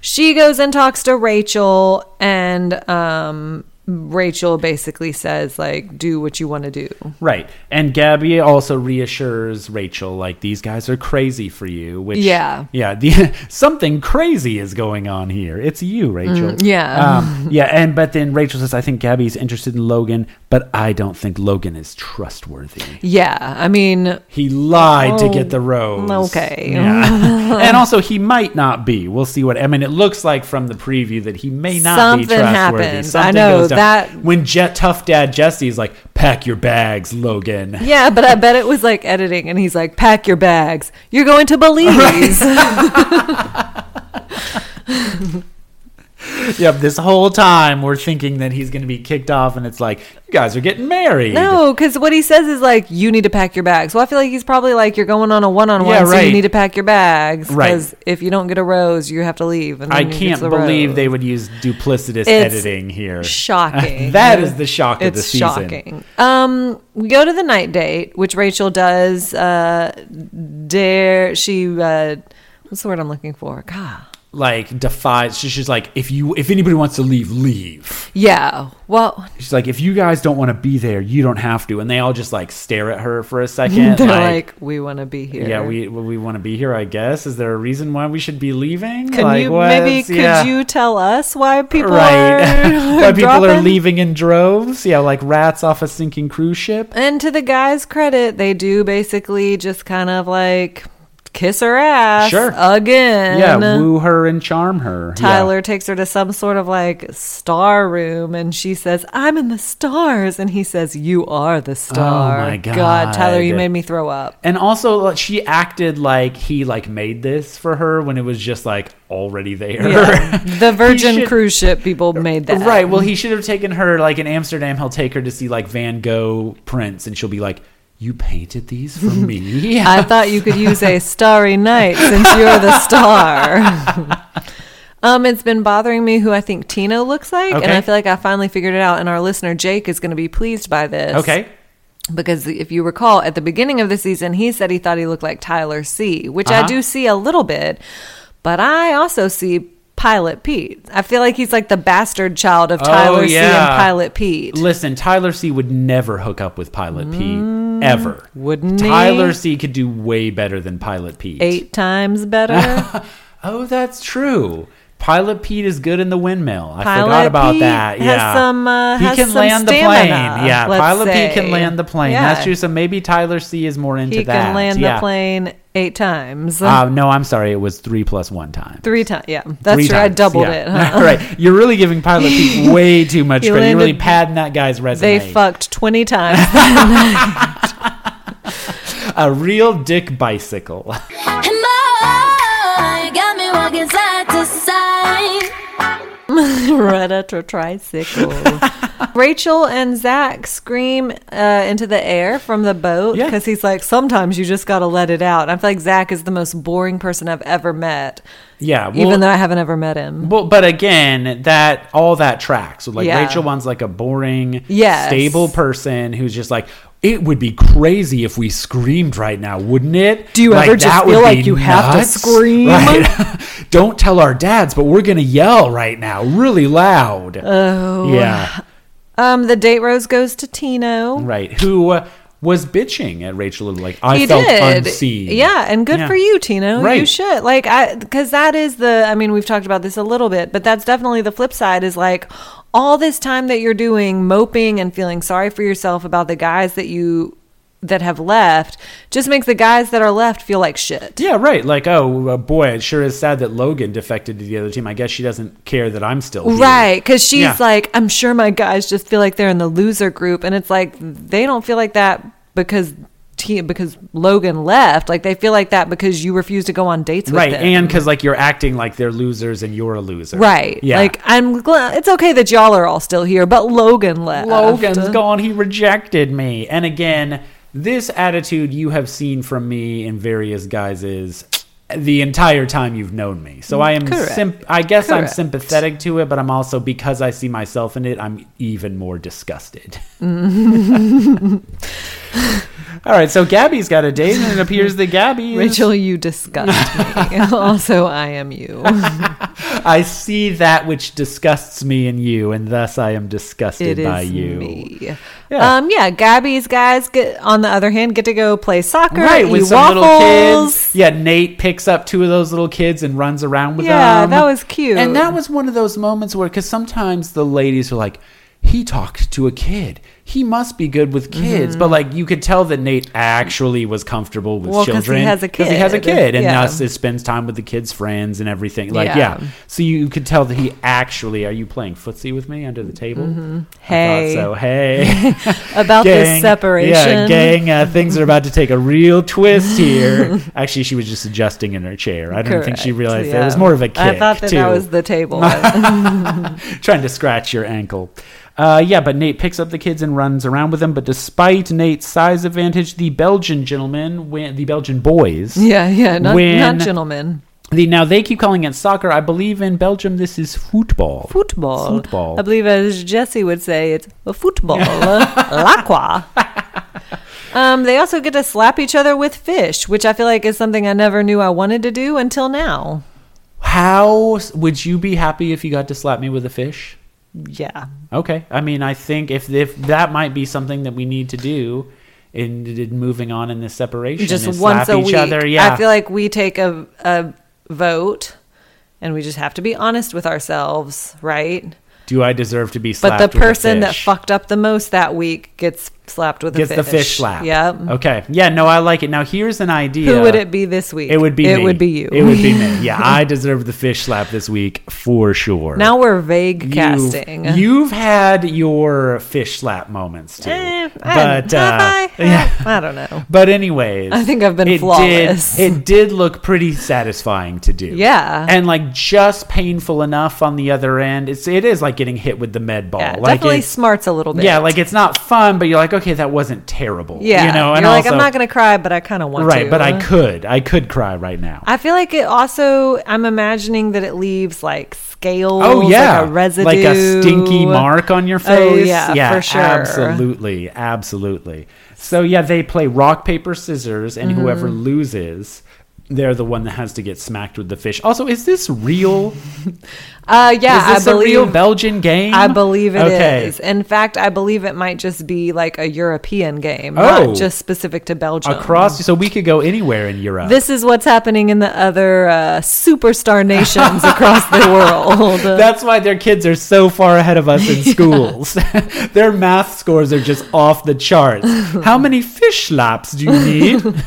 She goes and talks to Rachel, and um, Rachel basically says, like, do what you want to do.
Right. And Gabby also reassures Rachel like these guys are crazy for you, which
Yeah.
Yeah, the, something crazy is going on here. It's you, Rachel.
Mm, yeah.
Um, yeah, and but then Rachel says I think Gabby's interested in Logan, but I don't think Logan is trustworthy.
Yeah. I mean,
He lied to
Oh,
get the rose.
okay.
Yeah. and also, he might not be. We'll see what. I mean, it looks like from the preview that he may not be
Something
trustworthy.
happens. I know,
goes down.
that-
when Jet Tough Dad Jesse's like, "Pack your bags, Logan."
yeah, but I bet it was like editing, and he's like, pack your bags. You're going to Belize.
yep. This whole time we're thinking that he's going to be kicked off, and it's like, "You guys are getting married."
No, because what he says is like, you need to pack your bags. Well, I feel like he's probably like, you're going on a one on
Yeah,
one, so
right.
you need to pack your bags.
Right.
Because if you don't get a rose, you have to leave. And then
I
you get
can't
the
believe
rose.
they would use duplicitous
It's
editing here.
shocking.
that is the shock of the
It's
season.
shocking. Um, we go to the night date, which Rachel does. Uh, dare she? Uh, what's the word I'm looking for? God.
Like defies. she- She's like, if you, if anybody wants to leave, leave.
Yeah. Well,
She's like, if you guys don't want to be there, you don't have to. And they all just like stare at her for a second.
they're like, we want to be here.
yeah, we we want to be here, I guess. Is there a reason why we should be leaving?
Can
like,
you
what's-
maybe? Could
yeah.
you tell us why people
right?
are
why people are
dropping?
leaving in droves? Yeah, like rats off a sinking cruise ship.
And to the guy's credit, they do basically just kind of like kiss her ass
Sure.
again.
Yeah, woo her and charm her. Yeah.
uh, Tyler takes her to some sort of like star room and she says, I'm in the stars. And he says, You are the star.
Oh my
Tyler, you
God.
made me throw up.
And also, like, she acted like he like made this for her when it was just like already there.
The Virgin
should-
cruise ship people made that.
Right. Well, he should have taken her like in Amsterdam. He'll take her to see like Van Gogh prints, and she'll be like, "You painted these for me."
I thought you could use a starry night since you're the star. um, it's been bothering me who I think Tina looks like, and
Okay.
I feel like I finally figured it out. And our listener Jake is going to be pleased by this.
Okay.
because if you recall, at the beginning of the season, he said he thought he looked like Tyler C, which I
Uh-huh.
do see a little bit, but I also see. Pilot Pete. I feel like he's like the bastard child of Tyler C
Oh, yeah.
and Pilot Pete.
Listen, Tyler C would never hook up with Pilot Pete ever.
Mm, wouldn't he?
Tyler C could do way better than Pilot Pete.
Eight times better.
Oh, that's true. Pilot Pete is good in the windmill. I
Pilot
forgot about
Pete
that.
has
yeah,
some, uh, has some stamina,
plane. Yeah,
let's
Pilot Pete
say.
can land the plane.
Yeah.
That's true. So maybe Tyler C is more into
he
that.
can land
yeah.
the plane eight times.
Uh, no, I'm sorry. It was three plus one time.
Three times. Yeah, that's
Three
true. I
times,
doubled
yeah.
it. Huh?
right. You're really giving Pilot Pete way too much
He
credit. You're really
landed-
padding that guy's
They
resume.
fucked 20 times.
a real dick bicycle.
And my got me walking side to side.
Predator tricycle. Rachel and Zach scream uh, into the air from the boat
Yeah.
because he's like, sometimes you just got to let it out. I feel like Zach is the most boring person I've ever met,
Yeah. Well,
even though I haven't ever met him.
Well, but again, that all that tracks. So like
Yeah.
Rachel wants like a boring,
Yes.
stable person who's just like, it would be crazy if we screamed right now, wouldn't it?
Do you
Like,
ever just
that
feel
would
like
be
you have to scream?
Right. Don't tell our dads, but we're gonna yell right now, really loud. Oh, yeah,
Um, the date rose goes to Tino.
right. Who uh, was bitching at Rachel? Like I felt unseen.
Yeah, and good
Yeah.
for you, Tino. You
Right.
should like I because that is the. I mean, we've talked about this a little bit, but that's definitely the flip side. Is like all this time that you're doing moping and feeling sorry for yourself about the guys that you that have left just makes the guys that are left feel like shit.
Yeah, right. Like, oh uh, boy, it sure is sad that Logan defected to the other team. I guess she doesn't care that I'm still here.
Right, because she's
Yeah.
like, I'm sure my guys just feel like they're in the loser group, and it's like they don't feel like that because T- because Logan left. Like they feel like that because you refuse to go on dates with
right
them.
and because like you're acting like they're losers and you're a loser
Right.
yeah
Like I'm glad it's okay that y'all are all still here, but Logan left.
logan's gone he rejected me and again this attitude you have seen from me in various guises the entire time you've known me so i am
Correct.
symp- i guess i'm
Correct.
sympathetic to it but i'm also because i see myself in it i'm even more disgusted all right so gabby's got a date and it appears that gabby is-
Rachel, you disgust me. also, I am you.
I see that which disgusts me in you, and thus I am disgusted
It is
by you.
me.
Yeah.
Um, yeah, Gabby's guys get on the other hand get to go play soccer,
Right,
eat
with some little
waffles.
kids. Yeah, Nate picks up two of those little kids and runs around with
Yeah,
them.
that was cute.
And that was one of those moments where, because sometimes the ladies are like, he talked to a kid. He must be good with kids. But, like, you could tell that Nate actually was comfortable with
Mm-hmm. Well, 'cause he
children.
has a
he has a
kid.
kid. And
Yeah.
thus it spends time with the kids' friends and everything. Like,
Yeah.
yeah. So you could tell that he actually, are you playing footsie with me under the table? I
Mm-hmm. Hey.
thought so hey.
About
Gang.
this separation.
Yeah, gang, uh, things are about to take a real twist here. Actually, she was just adjusting in her chair. I don't think she
Correct,
realized that.
yeah.
it was more of a kick,
I thought that
too,
that was the table.
trying to scratch your ankle. Uh, yeah, but Nate picks up the kids and runs around with them. But despite Nate's size advantage, the Belgian gentlemen, win, the Belgian boys,
yeah, yeah, not,
When-
not gentlemen.
the, now they keep calling it soccer. I believe in Belgium this is football.
Football.
Football.
I believe, as Jesse would say, it's a football. L'aqua. Um, they also get to slap each other with fish, which I feel like is something I never knew I wanted to do until now.
How s- would you be happy if you got to slap me with a fish?
Yeah.
Okay. I mean, I think if if that might be something that we need to do in, in moving on in this separation,
Just
is
once
slap
a
each
week.
Other. Yeah.
I feel like we take a, a vote and we just have to be honest with ourselves, right?
Do I deserve to be
But
slapped?
the
with a
person that
fish?
fucked up the most that week gets slapped with
Gets
a
the
fish.
fish Oh, slap.
Yep.
Okay. Yeah. No, I like it. Now here's an idea.
Who would it be this week?
It would be.
It
me.
would be you.
It would be me. Yeah, I deserve the fish slap this week for sure.
now we're vague casting.
You've, you've had your fish slap moments too,
Eh, I,
but uh,
I,
yeah.
I don't know.
But anyways,
I think I've been
it
flawless.
Did, it did look pretty satisfying to do.
Yeah.
and like just painful enough on the other end. It's it is like getting hit with the med ball.
Yeah,
like
definitely
it's-
smarts a little bit.
Yeah, like it's not fun, but you're like, okay, that wasn't terrible.
yeah.
you know,
are
and
like
also-
I'm not going to cry, but I kind of want
right,
to.
but I could, I could cry right now.
I feel like it also. I'm imagining that it leaves like scales.
Oh yeah,
like a residue, Oh,
like a stinky mark on your face.
yeah, for sure.
Absolutely, absolutely. So yeah, they play rock paper scissors,
Mm-hmm.
and whoever loses, they're the one that has to get smacked with the fish. Also, is this real?
Uh, yeah,
is this
I
a
believe
real Belgian game?
I believe it is.
okay.
In fact, I believe it might just be like a European game,
Oh.
not just specific to Belgium.
Across, so we could go anywhere in Europe.
This is what's happening in the other uh, superstar nations across the world.
That's why their kids are so far ahead of us in schools. their math scores are just off the charts. How many fish laps do you need?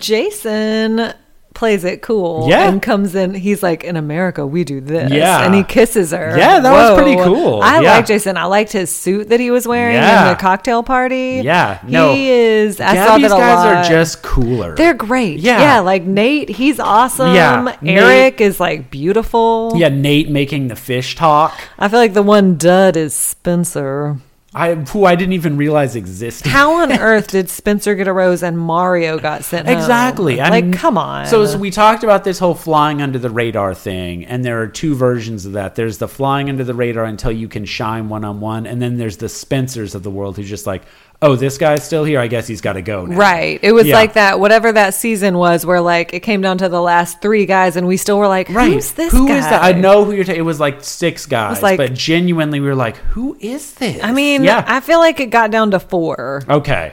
Jason plays it cool
Yeah.
and comes in he's like in america we do this
Yeah.
and he kisses her
Yeah, that was pretty cool.
i
Yeah.
like jason i liked his suit that he was wearing
Yeah.
in the cocktail party
Yeah, no.
he is i saw
Gabby's
that a
guys
lot.
are just cooler.
They're great.
Yeah.
Yeah. Like Nate, he's awesome.
Yeah,
Eric is like beautiful.
yeah, Nate making the fish talk.
I feel like the one dud is Spencer.
I who I didn't even realize existed.
How on earth did Spencer get a rose and Mario got sent home?
Exactly. I
Like,
mean,
come on.
So, so we talked about this whole flying under the radar thing, and there are two versions of that. There's the flying under the radar until you can shine one on one, and then there's the Spencers of the world who's just like, oh, this guy's still here. I guess he's got to go. Now.
Right. It was
Yeah.
like that, whatever that season was, where like it came down to the last three guys, and we still were like,
Right.
who's this
Who
guy?
is that? I know who you're. Ta- it was like six guys,
like-
but genuinely, we were like, who is this?
I mean,
yeah.
I feel like it got down to four.
okay.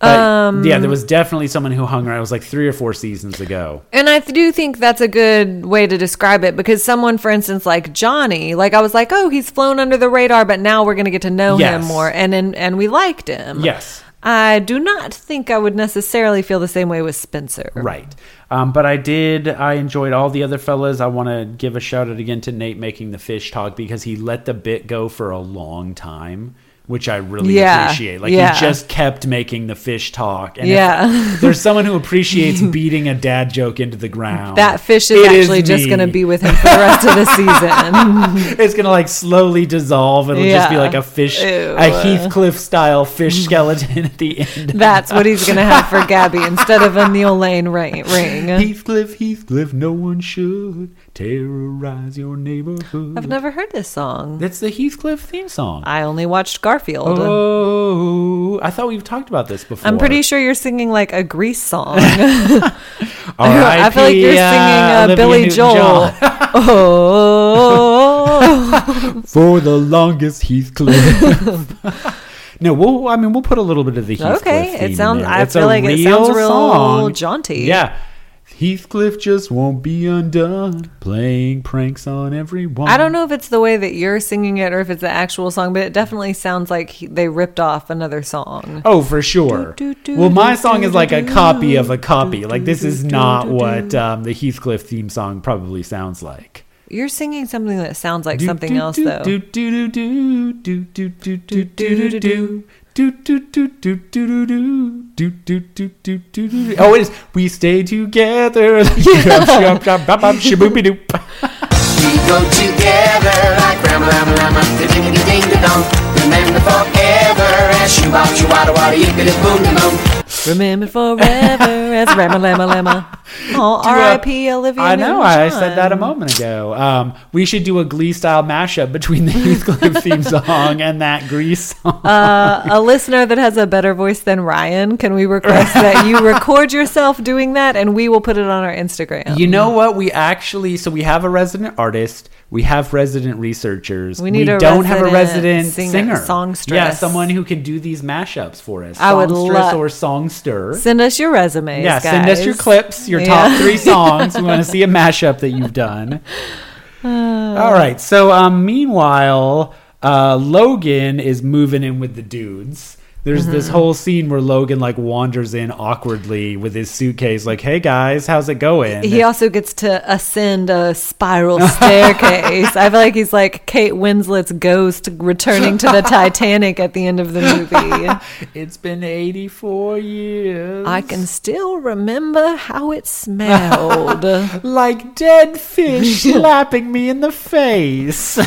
But, yeah, there was definitely someone who hung around. It was like three or four seasons ago.
And I do think that's a good way to describe it because someone, for instance, like Johnny, like I was like, oh, he's flown under the radar, but now we're going to get to know
Yes.
him more, and, and and we liked him.
Yes.
I do not think I would necessarily feel the same way with Spencer.
Right. Um, but I did, I enjoyed all the other fellas. I want to give a shout out again to Nate making the fish talk because he let the bit go for a long time, which I really
Yeah.
appreciate. Like,
Yeah.
he just kept making the fish talk. And if
Yeah.
there's someone who appreciates beating a dad joke into the ground.
That fish is
Oh, it
actually just
me.
going to be with him for the rest of the season.
It's going to like slowly dissolve. It'll just be
Yeah.
like a fish,
Ew.
a Heathcliff style fish skeleton at the end.
That's what he's going to have for Gabby instead of a Neil Lane ring. ring.
Heathcliff, Heathcliff, no one should terrorize your neighborhood.
I've never heard this song.
That's the Heathcliff theme song.
I only watched Garfield.
oh, I thought we've talked about this before.
I'm pretty sure you're singing like a Grease song.
R.I.P.,
I feel like you're singing
uh,
uh,
Olivia
Billy Joel.
Newton-John.
oh,
For the longest Heathcliff. no, we'll, I mean, we'll put a little bit of the Heathcliff
Okay, it
theme in
sounds-
there.
I
It's
feel
a
like it sounds real jaunty.
Yeah. Heathcliff just won't be undone, playing pranks on everyone.
I don't know if it's the way that you're singing it or if it's the actual song, but it definitely sounds like he, they ripped off another song.
Oh, for sure.
Do, do, do,
well, my
do,
song is
do,
like a
do,
copy of a copy. Like, this
do,
is
do,
not
do,
what um, the Heathcliff theme song probably sounds like.
You're singing something that sounds like
Do,
something
do,
else,
do,
though.
Do do do do do do do do do do do. Do do do do do do do do do do do do do. Oh, it is. We stay together. Shaboop-a-doop.
We go together like ram lam lam the ding a ding a dong. Remember forever as shoo bop shoo wada wada yippity boom da boom.
Remember forever as Rama Lama Lama. Oh,
Do a-
R.I.P. Olivia.
I know. I said that a
Newton-John.
moment ago. Um, we should do a Glee style mashup between the Heathcliff theme song and that Grease song.
Uh, a listener that has a better voice than Ryan, can we request that you record yourself doing that and we will put it on our Instagram?
You know what? We actually so we have a resident artist, we have resident researchers.
We need a
don't have a
resident
resident singer,
singer, songstress.
Yeah, someone who can do these mashups for us.
I would
Songstress
love-
or songster.
Send us your resumes.
yeah, send us
guys.
your clips, your
Yeah.
top three songs. we want to see a mashup that you've done. All right. So, um, meanwhile, uh, Logan is moving in with the dudes. There's this
Mm-hmm.
whole scene where Logan like wanders in awkwardly with his suitcase, like, "Hey guys, how's it going?"
He also gets to ascend a spiral staircase. I feel like he's like Kate Winslet's ghost returning to the Titanic at the end of the movie.
it's been 84 years.
I can still remember how it smelled.
like dead fish slapping me in the face.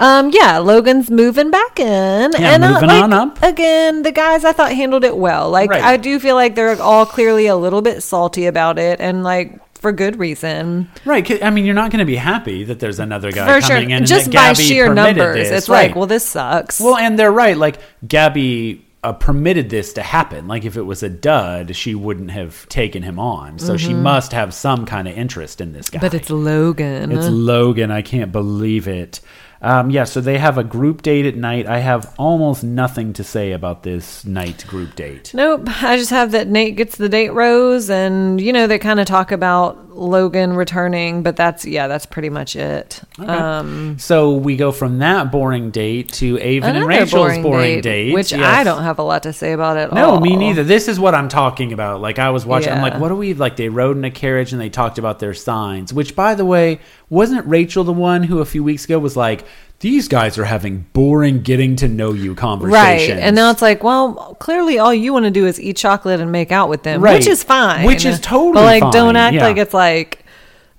um, yeah, Logan's moving back in,
Yeah,
uh,
moving
like,
on up.
Again, the guys I thought handled it well. Like
Right.
I do feel like they're all clearly a little bit salty about it, and like for good reason.
right. 'cause, I mean, you're not going to be happy that there's another guy
for
coming in.
sure.
and
Just
that
by
Gabby
sheer
permitted
numbers,
this.
it's like,
Right.
well, this sucks.
Well, and they're right. Like Gabby uh, permitted this to happen. Like if it was a dud, she wouldn't have taken him on. So she must have some kind of interest in this guy.
Mm-hmm. but it's Logan.
It's Logan. I can't believe it. Um, yeah, so they have a group date at night. I have almost nothing to say about this night group date.
Nope. I just have that Nate gets the date rose, and you know they kind of talk about Logan returning, but that's yeah, that's pretty much it. Um,
So we go from that boring date to Avon
another
and Rachel's boring, date,
which
Yes.
I don't have a lot to say about at
No,
all.
me neither. This is what I'm talking about. Like I was watching, I'm
Yeah.
like, what do we like? They rode in a carriage and they talked about their signs. Which, by the way, wasn't Rachel the one who a few weeks ago was like, these guys are having boring getting to know you
Right,
conversations,
and now it's like, well, clearly all you want to do is eat chocolate and make out with them,
Right.
which is fine,
Which is totally
But like,
fine,
don't act
yeah.
like it's like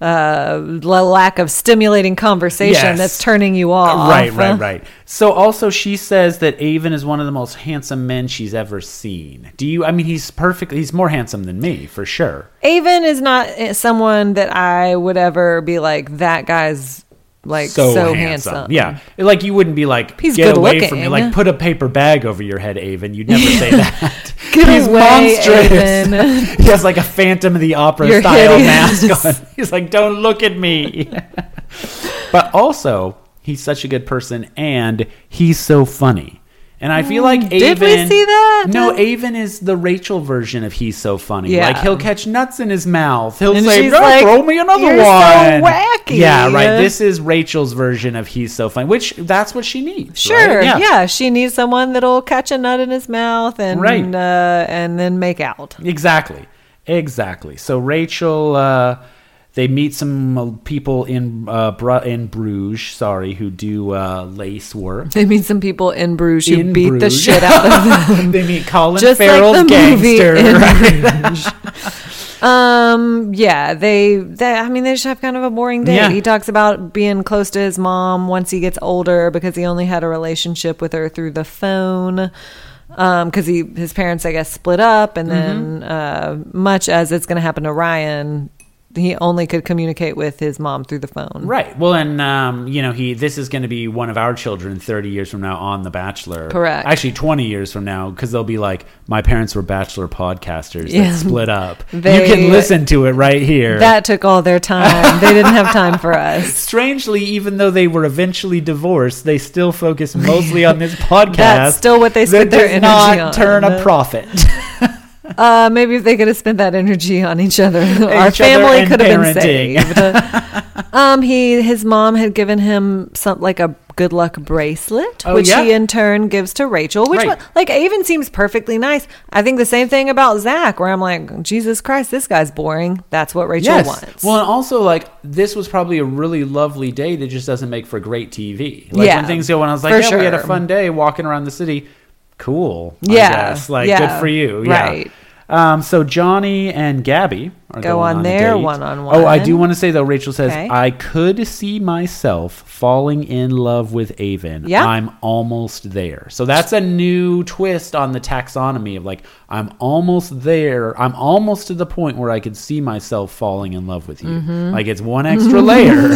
uh, la- lack of stimulating conversation
Yes. Uh,
that's turning you off.
Right, right, right. So also she says that Avon is one of the most handsome men she's ever seen. Do you I mean he's perfect he's more handsome than me for sure.
Avon is not eh, someone that I would ever be like that guy's like so, handsome.
Yeah. Like you wouldn't be like
He's
get
good
away
looking.
from me like put a paper bag over your head Avon. You'd never say that.
Get away, Avon.
he has like a Phantom of the Opera
You're
style
hideous.
mask on. He's like don't look at me. but also he's such a good person and he's so funny. And I feel like
Mm. did we
Avon-
see that?
No, Avon is the Rachel version of he's so funny.
Yeah.
Like he'll catch nuts in his mouth. He'll
And
say,
she's
"No,
like,
"Throw me another
"You're so
one."
wacky.
Yeah, right. This is Rachel's version of he's so funny, which that's what she needs.
Sure,
right?
yeah. She needs someone that'll catch a nut in his mouth and
Right.
uh, and then make out.
Exactly. Exactly. So Rachel, uh, they meet some uh, people in uh, Bru- in Bruges, sorry, who do uh, lace work.
They meet some people in Bruges who
In
beat the
Bruges.
shit out of them.
they meet Colin
Just like
Farrell's
the movie
gangster.
in
right?
Um, yeah, they, they, I mean, they just have kind of a boring date.
Yeah.
He talks about being close to his mom once he gets older because he only had a relationship with her through the phone. Um, cause he, his parents, I guess, split up and then, uh,
Mm-hmm.
much as it's going to happen to Ryan, he only could communicate with his mom through the phone.
Right. Well, and um, you know, he this is going to be one of our children 30 years from now on The Bachelor.
Correct.
Actually, 20 years from now because they'll be like, my parents were Bachelor podcasters
Yeah.
that split up.
They-
you can listen to it right here.
That took all their time. they didn't have time for us.
Strangely, even though they were eventually divorced, they still focus mostly on this podcast.
That's still what they
that
spent their
does
energy
not
on.
turn a profit.
Uh, maybe if they could have spent that energy on each other, our
other
family
and
could have been saved.
parenting.
um, he his mom had given him some like a good luck bracelet,
Oh,
which
yeah.
he in turn gives to Rachel. Which
Right.
one, like Avon seems perfectly nice. I think the same thing about Zach, where I'm like, Jesus Christ, this guy's boring. That's what Rachel wants.
Well, and also like this was probably a really lovely day that just doesn't make for great TV. Like
Yeah,
when things go on, I was like,
for
yeah, we had a
sure.
fun day walking around the city. Cool. I
Yeah,
guess. Like
yeah,
good for you. Yeah.
right.
Um, so Johnny and Gabby are
Go
going
on
a
their
date.
one-on-one.
Oh, I do want to say though, Rachel says
Okay.
I could see myself falling in love with Avon.
Yeah.
I'm almost there. So that's a new twist on the taxonomy of like I'm almost there. I'm almost to the point where I could see myself falling in love with you. Like it's one extra layer.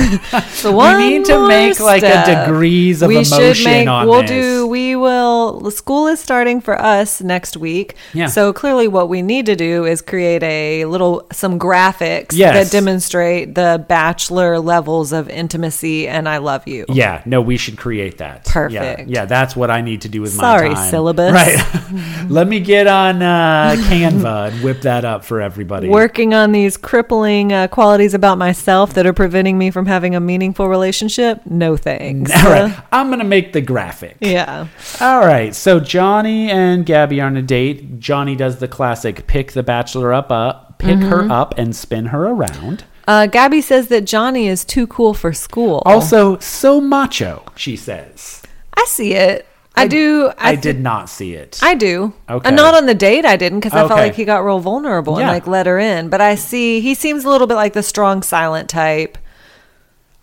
so
Mm-hmm. One
we need to
more
make like a
step.
degrees of
we
emotion
should make,
on
we'll
this.
do we will the school is starting for us next week
Yeah.
so clearly what we need to do is create a little some graphics
Yes.
that demonstrate the bachelor levels of intimacy and I love you.
Yeah, no, we should create that.
Perfect.
Yeah, yeah that's what I need to do with
Sorry,
my time.
syllabus.
Right. Let me get on uh, Canva and whip that up for everybody.
Working on these crippling uh, qualities about myself that are preventing me from having a meaningful relationship? No thanks.
All right. I'm going to make the graphic.
Yeah.
All right. So Johnny and Gabby are on a date. Johnny does the classic pick the bachelor up, up pick
Mm-hmm.
her up, and spin her around.
Uh, Gabby says that Johnny is too cool for school.
Also, so macho, she says.
I see it. I, do.
I,
th-
did not see it.
I do.
Okay.
And not on the date, I didn't, because I felt
Okay.
like he got real vulnerable
Yeah.
and like let her in. But I see he seems a little bit like the strong, silent type.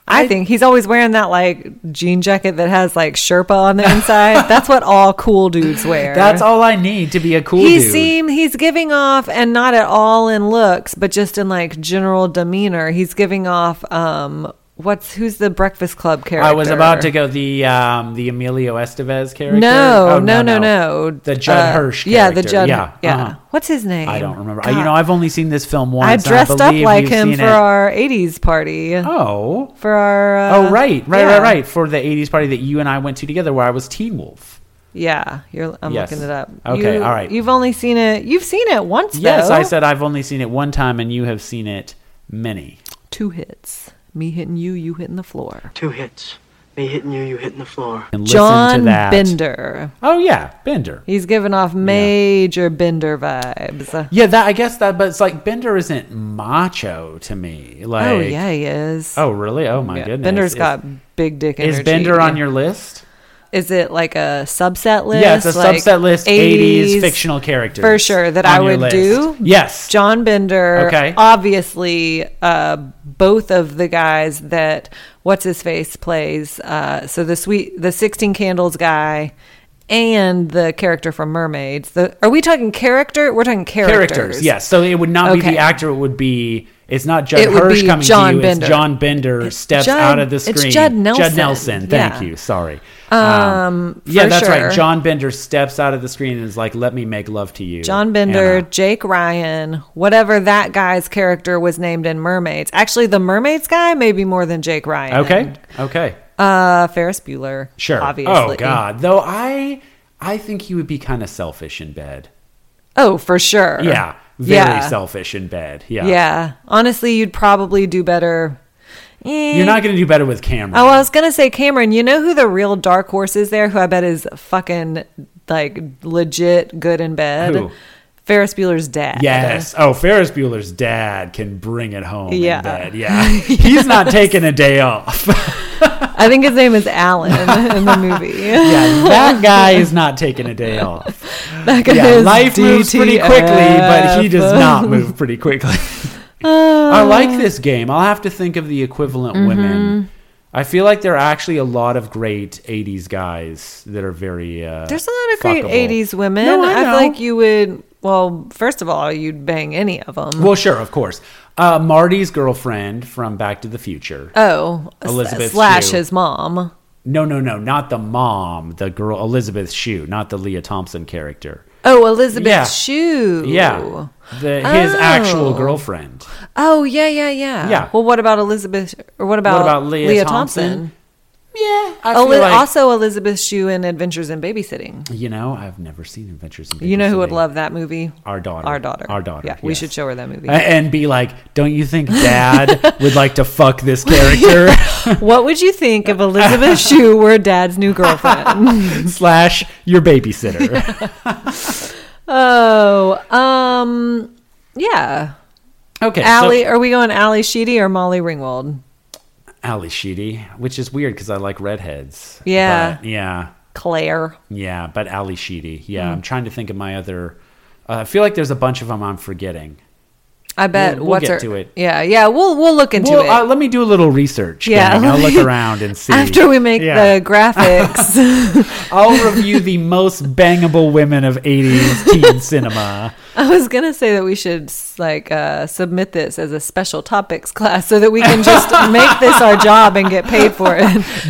I, think he's always wearing that like jean jacket that has like Sherpa on the inside. That's what all cool dudes wear.
That's all I need to be a cool
He
dude.
seem he's giving off, and not at all in looks, but just in like general demeanor. He's giving off. um What's who's the Breakfast Club character?
I was about to go the um, the Emilio Estevez character.
No,
Oh,
no, no, no,
The Judd
Uh,
Hirsch.
Yeah, the
character.
Judd.
Yeah,
Yeah,
uh-huh.
What's his name?
I don't remember. I,
God.
you know, I've only seen this film once.
I
and
dressed up
believe
like
you've
him
seen
for
it.
our '80s party.
Oh.
For our. Uh,
Oh right, right,
yeah.
right, right. For the '80s party that you and I went to together, where I was Teen Wolf.
Yeah, you're. I'm
Yes.
looking it up.
Okay,
You-
all right.
You've only seen it. You've seen it once.
Yes,
though.
I said I've only seen it one time, and you have seen it many.
two hits. Me hitting you, you hitting the floor.
Two hits. Me hitting you, you hitting the floor.
And listen
John
to that.
Bender.
Oh yeah, Bender.
He's giving off major Bender vibes. Oh,
Yeah, that I guess that, but it's like Bender isn't macho to me. Like,
oh yeah, he is.
Oh really? Oh my
Yeah,
goodness.
Bender's
Is-
got big dick energy.
Is Bender on your list?
Is it like a subset list?
Yeah, it's a
Like
subset list. 80s, fictional characters
for sure that I
on your
would do.
Yes,
John Bender.
Okay.
Obviously, uh, both of the guys that what's his face plays. Uh, so the sweet, the sixteen candles guy. And the character from Mermaids. The, are we talking character? We're talking characters.
characters. Yes, so it would not be
Okay.
the actor. It would be. It's not Judd
It would
Hirsch
be
coming
John
to you. It's
Bender.
John Bender steps
Judd-
out of the
it's
screen.
Judd Nelson.
Nelson, Thank
Yeah.
you. Sorry.
Um,
yeah,
for
that's
sure.
right. John Bender steps out of the screen and is like, "Let me make love to you."
John Bender,
Anna."
Jake Ryan, whatever that guy's character was named in Mermaids. Actually, the Mermaids guy may be more than Jake Ryan.
Okay. Okay.
Uh, Ferris Bueller.
Sure.
Obviously.
Oh God. Though I, I think he would be kind of selfish in bed.
Oh, for sure.
Yeah. Very
Yeah.
selfish in bed. Yeah.
Yeah. Honestly, you'd probably do better. Eh.
You're not gonna do better with Cameron.
Oh, I was gonna say Cameron. You know who the real dark horse is there? Who I bet is fucking like legit good in bed.
Who?
Ferris Bueller's dad.
Yes. Oh, Ferris Bueller's dad can bring it home. Yeah. Yeah.
Yeah.
He's not taking a day off.
I think his name is Alan in the movie.
yeah, that guy is not taking a day off.
That guy
Yeah,
is
life moves pretty quickly, but he
DTF.
does not move pretty quickly. I like this game. I'll have to think of the equivalent
Mm-hmm.
women. I feel like there are actually a lot of great '80s guys that are very. Uh,
There's a lot of great
fuckable.
'80s women.
No, I
I,
know.
feel like you would. Well, first of all, you'd bang any of them.
Well, sure, of course. Uh, Marty's girlfriend from Back to the Future.
oh, s-
Elizabeth
slash
Shue.
his mom.
No, no, no, not the mom, the girl Elizabeth Shue, not the Leah Thompson character.
Oh, Elizabeth
Yeah.
Shue.
Yeah, the, his
Oh.
actual girlfriend.
Oh, yeah, yeah, yeah.
Yeah.
Well, what about Elizabeth? Or what about,
what about Leah, Thompson? Yeah, I feel
Eli-
like,
also Elizabeth Shue in Adventures in Babysitting.
you know I've never seen Adventures in.
You know who would
Babysitting.
love that movie?
our daughter,
Our daughter.
our daughter.
Yeah, we
yes.
should show her that movie.
A- and be like, don't you think Dad would like to fuck this character
what would you think if Elizabeth Shue were Dad's new girlfriend?
slash your babysitter?
Oh, um, yeah.
Okay,
Allie, er
so,
are we going Allie Sheedy or Molly Ringwald?
Allie Sheedy, which is weird because I like redheads.
Yeah.
but, yeah.
Claire.
Yeah, but Ali Sheedy. Yeah,
Mm-hmm.
I'm trying to think of my other. Uh, I feel like there's a bunch of them I'm forgetting.
I bet.
We'll- we'll
what's
get
her?
to it.
Yeah, yeah. We'll we'll look into
well,
it
uh, let me do a little research.
Yeah,
gang. I'll
let
look
me-
around and see.
after we make
Yeah.
the graphics.
I'll review the most bangable women of 80s teen cinema.
I was gonna say that we should like uh, submit this as a special topics class so that we can just make this our job and get paid for it.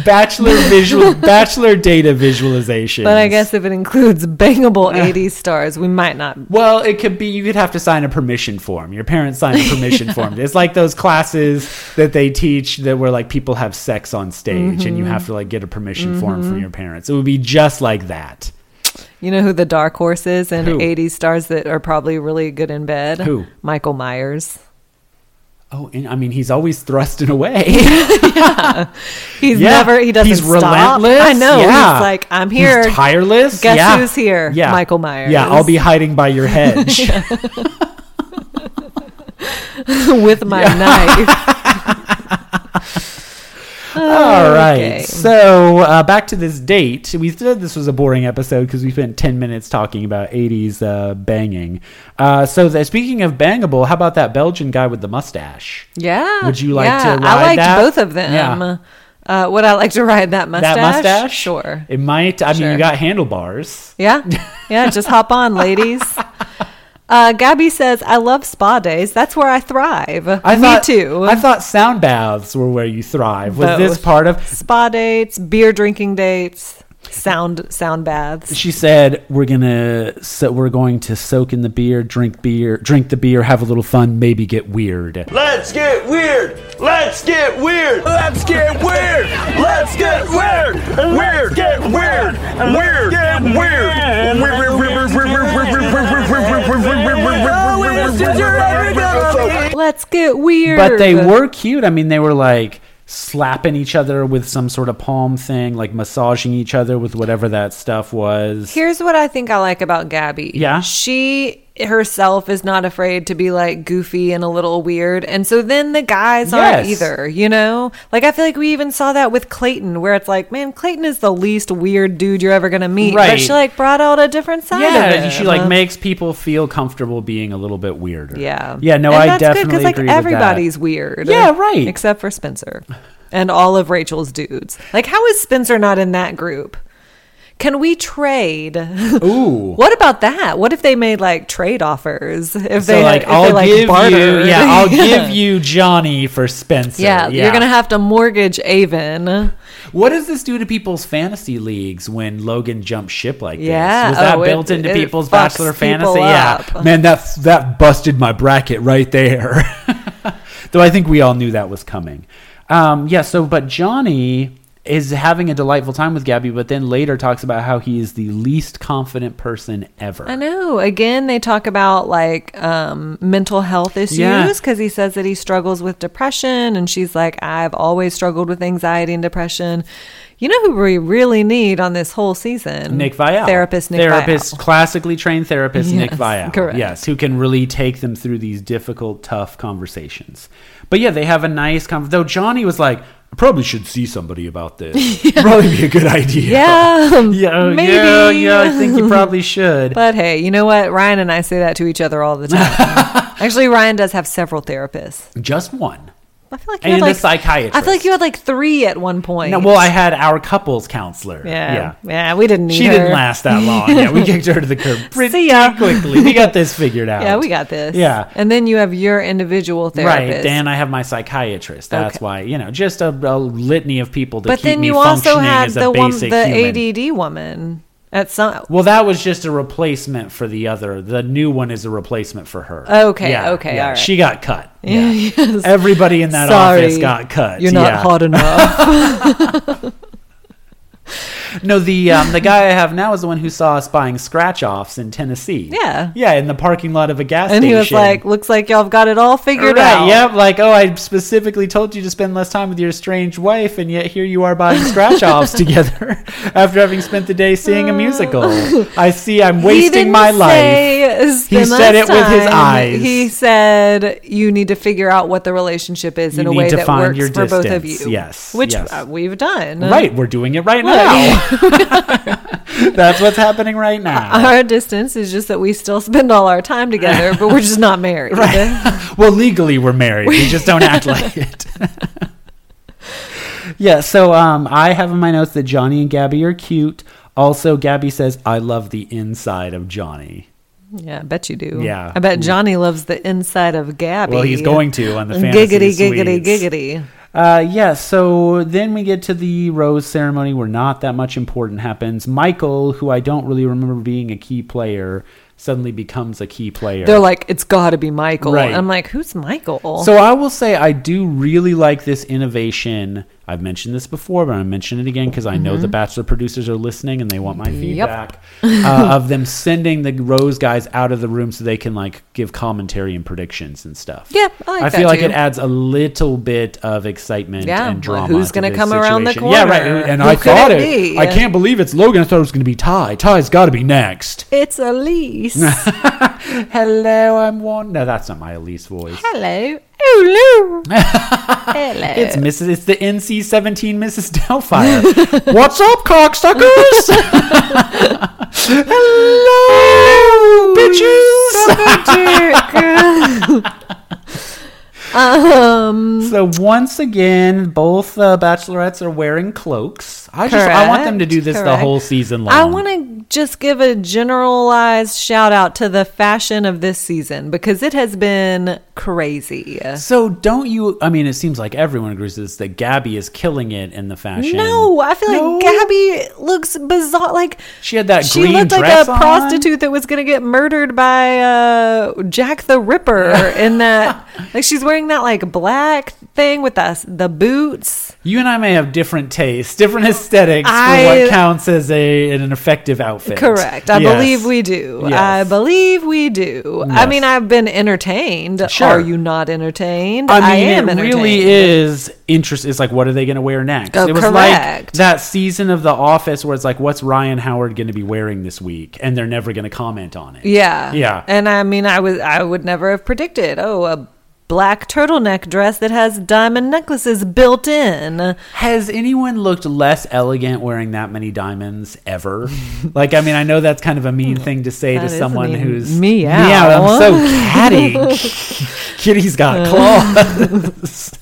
Bachelor visual, bachelor data visualization.
But I guess if it includes bangable '80s stars, we might not.
Well, it could be you could have to sign a permission form. Your parents sign a permission form. It's like those classes that they teach that where like people have sex on stage and
Mm-hmm.
you have to like get a permission form from your parents. It would be just like that.
You know who the dark horse is and
Who?
'80s stars that are probably really good in bed.
Who?
Michael Myers.
Oh, and I mean he's always thrusting away.
He's
Yeah.
never. He doesn't.
He's
stop.
relentless.
I know.
Yeah.
He's like, I'm here.
He's tireless.
Guess
Yeah.
who's here?
Yeah.
Michael Myers.
Yeah, I'll be hiding by your hedge.
with my knife.
All right.
Okay.
So uh, back to this date. We said this was a boring episode because we spent 10 minutes talking about 80s uh, banging. Uh, so the, speaking of bangable, how about that Belgian guy with the mustache?
Yeah.
Would you like
yeah,
to
I
ride
liked
that?
both of them.
Yeah.
Uh, would I like to ride that mustache?
That mustache?
Sure.
It might. I mean,
Sure.
you got handlebars.
Yeah. Yeah. Just hop on, ladies. Uh, Gabby says, I love spa days. That's where I thrive.
I
Me
thought,
too.
I thought sound baths were where you thrive. Was this
Both.
part of?
spa dates, beer drinking dates, sound sound baths.
She said we're gonna so we're going to soak in the beer, drink beer, drink the beer, have a little fun, maybe get weird.
Let's get weird. Let's get weird. Let's get weird. Let's get weird. Weird. Get weird. Weird. Get weird.
Let's get weird.
But they were cute. I mean, they were like slapping each other with some sort of palm thing, like massaging each other with whatever that stuff was.
Here's what I think I like about Gabby.
Yeah?
She herself is not afraid to be like goofy and a little weird. And so then the guys aren't
Yes.
either, you know? Like I feel like we even saw that with Clayton where it's like, man, Clayton is the least weird dude you're ever going to meet.
Right.
But she like brought out a different side of
Yeah,
him.
she like makes people feel comfortable being a little bit weirder.
Yeah.
yeah. No,
And
I
that's
definitely
good like
agree
everybody's
with
weird.
Yeah, right.
Except for Spencer and all of Rachel's dudes. Like how is Spencer not in that group? Can we trade
that. Ooh.
What about that? What if they made like trade offers? If
So
they
like,
like, if
I'll
they, like
give
barter.
you, yeah, I'll give you Johnny for Spencer.
Yeah, you're gonna have to mortgage Avon.
What does this do to people's fantasy leagues when Logan jumps ship like
Yeah,
this? Was that
oh, it-
built into
it
people's
fucks
bachelor
people
fantasy? Yeah,
up.
man, that that busted my bracket right there. Though I think we all knew that was coming. Um, yeah. So, but Johnny is having a delightful time with Gabby, but then later talks about how he is the least confident person ever.
I know. Again, they talk about like um, mental health
Yeah.
issues because he says that he struggles with depression, and she's like, "I've always struggled with anxiety and depression." You know who we really need on this whole season?
Nick Vial.
therapist Nick
Therapist,
Vial.
classically trained therapist Nick
Yes,
Vial.
correct.
Yes, who can really take them through these difficult, tough conversations. But yeah, they have a nice conversation. Though Johnny was like, I probably should see somebody about this. Probably be a good idea.
Yeah,
Yeah,
maybe.
yeah, yeah, I think you probably should.
But hey, you know what? Ryan and I say that to each other all the time. Actually, Ryan does have several therapists.
Just one.
I feel like you
And
had
a
like,
psychiatrist.
I feel like you had like three at one point.
No, well, I had our couples counselor.
yeah, yeah, we didn't need
She
her.
didn't last that long. Yeah, we kicked her to the curb pretty
See ya.
quickly. We got this figured out.
Yeah, we got this.
Yeah.
and then you have your individual
Right,
therapist.
and I have my psychiatrist. That's
Okay.
why you know just a, a litany of people to
but
keep
then
me
you
functioning
also had
as
the
a
one,
basic
the
human.
ADD woman at some.
Well, that was just a replacement for the other. The new one is a replacement for her.
Okay, okay, all right.
She got cut. Yeah.
Yes.
Everybody in that
Sorry,
office got cut.
You're not
Yeah.
hot enough.
No, the um, the guy I have now is the one who saw us buying scratch offs in Tennessee.
Yeah.
yeah, in the parking lot of a gas
and
station.
he was like, "Looks like y'all have got it all figured
Right,
out."
Yep. Like, oh, I specifically told you to spend less time with your estranged wife, and yet here you are buying scratch offs together after having spent the day seeing a musical. I see. I'm
he
wasting
didn't
my life.
say, "Spend less
said it with his
time."
eyes.
He said, "You need to figure out what the relationship is
You
in a
need
way
to
that
find
works
your
for both of you."
distance. Yes,
which
yes.
uh, we've done.
Right, we're doing it right now. That's what's happening right now.
Our distance is just that we still spend all our time together, but we're just not married.
well, legally we're married. We just don't act like it. yeah, so um, I have in my notes that Johnny and Gabby are cute. Also, Gabby says, I love the inside of Johnny.
Yeah, I bet you do.
Yeah. Mm.
I bet Johnny loves the inside of Gabby.
Well, he's going to on the fantasy
giggity, giggity,
suites.
giggity.
Uh, yeah, so then we get to the rose ceremony where not that much important happens. Michael, who I don't really remember being a key player, suddenly becomes a key player.
They're like, it's got to be Michael.
Right.
I'm like, who's Michael?
So I will say I do really like this innovation. I've mentioned this before, but I'm mentioning it again because I know the
Mm-hmm.
Bachelor producers are listening and they want my feedback uh, of them sending the Rose guys out of the room so they can like give commentary and predictions and stuff.
Yeah, I like
I
that
feel like
too.
it adds a little bit of excitement
Yeah,
and drama.
who's gonna
this
come around the
situation. Yeah, right.
corner?
And
Who
I
could
thought
it
it.
be?
I can't believe it's Logan. I thought it was going to be Ty. Ty's got to be next.
it's Elise.
Hello, I'm one. No, that's not my Elise voice.
Hello. Hello. Hello.
It's Mrs. It's the NC seventeen Mrs. Doubtfire. What's up, cocksuckers? Hello,
Um,
bitches. so once again, both uh, bachelorettes are wearing cloaks. I just I want them to do this the
Correct.
whole season long.
I want to just give a generalized shout out to the fashion of this season because it has been crazy.
So don't you? I mean, it seems like everyone agrees with this that Gabby is killing it in the fashion.
No, I feel
No?
like Gabby looks bizarre. Like
She had that
she
green
looked like
dress
a
on.
prostitute that was going to get murdered by uh, Jack the Ripper. in that, like, she's wearing that like black thing with us the boots.
You and I may have different tastes, different aesthetics for
I-
what counts as a an effective outfit.
Correct. I
Yes.
believe we do.
Yes.
I believe we do. I
Yes.
mean, I've been entertained.
Sure.
Are you not entertained?
I mean,
am
it
entertained.
really is interest. It's like, what are they going to wear next?
Oh,
it was like
correct.
that season of The Office where it's like, what's Ryan Howard going to be wearing this week? And they're never going to comment on it.
Yeah.
Yeah.
And I mean, I was I would never have predicted. Oh, a black turtleneck dress that has diamond necklaces built in.
Has anyone looked less elegant wearing that many diamonds ever? like, I mean, I know that's kind of a mean thing to say
That
to
is a
someone
mean-
who's
meow.
Yeah, I'm so catty. Kitty's
Uh.
got claws.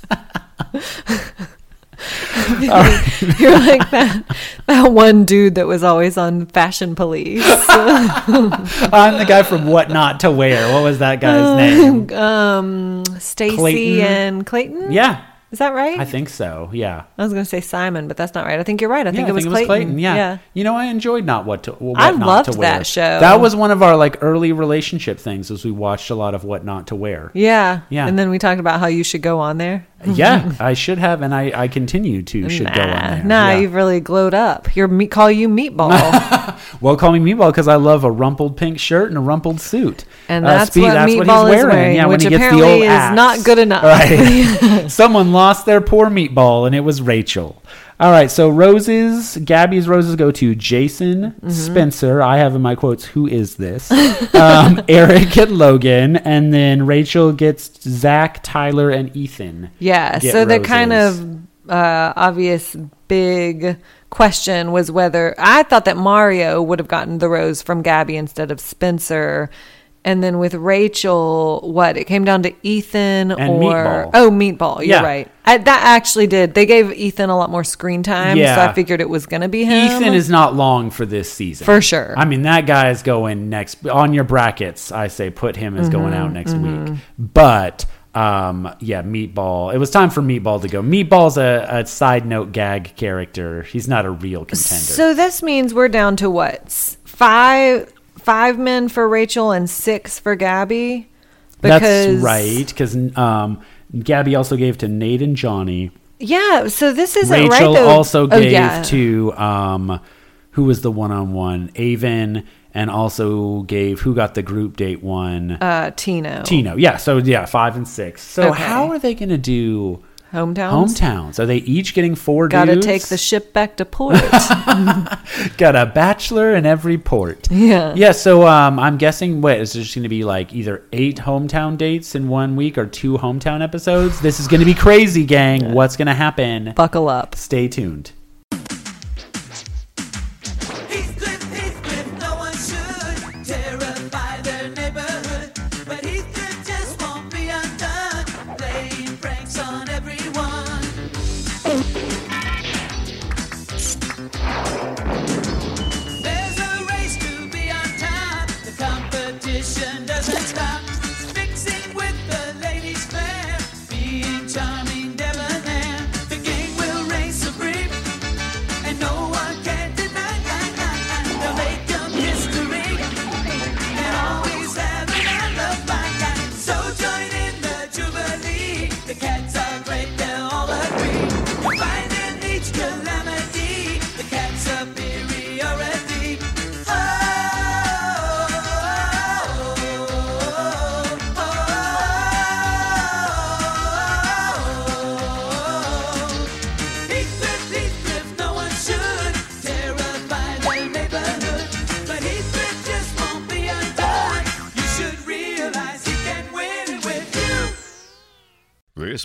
You're like that that one dude that was always on Fashion Police.
I'm the guy from What Not to Wear. What was that
Oh,
guy's name?
um, Stacy
Clayton.
and Clayton.
Yeah,
Is that right?
I think so. Yeah.
I was going to say Simon, but that's not right. I think you're right. I think
Yeah,
it was Clayton.
Yeah. you know, I enjoyed not what to. What
I
not to
loved
wear.
that show.
That was one of our like early relationship things, as we watched a lot of what not to wear.
Yeah.
Yeah.
And then we talked about how you should go on there.
yeah, I should have, and I I continue to should go on there.
Nah,
yeah.
you've really glowed up. Your meat call you meatball,
well, call me meatball because I love a rumpled pink shirt and a rumpled suit.
and
Uh,
that's
Speed,
what meatball is wearing,
yeah, when
which
he gets the
apparently
old
is
axe.
not good enough.
Right. Someone lost their poor meatball, and it was Rachel. All right, so roses, Gabby's roses go to Jason,
Mm-hmm.
Spencer. I have in my quotes, who is this? um, Eric and Logan. And then Rachel gets Zach, Tyler, and Ethan.
Yeah,
get
so the kind
roses.
of uh, obvious big question was whether I thought that Mario would have gotten the rose from Gabby instead of Spencer. And then with Rachel, what it came down to Ethan
And
or
Meatball.
oh Meatball, you're
Yeah.
right. I, that actually did. They gave Ethan a lot more screen time, so
Yeah.
I figured it was going to be him.
Ethan is not long for this season.
For sure.
I mean, that guy is going next on your brackets. I say put him as going
Mm-hmm,
out next week. But um, yeah, Meatball. It was time for Meatball to go. Meatball's a, a side note gag character. He's not a real contender.
So this means we're down to what S- five five men for Rachel and six for Gabby.
That's right. Because um, Gabby also gave to Nate and Johnny.
Yeah, so this isn't
Rachel
right though.
also
Oh,
gave
yeah.
to um, who was the one on one? Avon. And also gave who got the group date one.
uh, Tino.
Tino. Yeah. So yeah, five and six. So
Okay.
how are they going to do
Hometowns?
Hometowns. Are they each getting four?
Gotta
dudes?
take the ship back to port.
Got a bachelor in every port.
Yeah.
Yeah. So um, I'm guessing what is there's going to be like either eight hometown dates in one week or two hometown episodes. This is going to be crazy, gang. What's going to happen?
Buckle up.
Stay tuned.
He's good, he's good, no one should terrify their neighborhood. But he's good just won't be undone, playing pranks on everyone. There's a race to be on top, the competition
This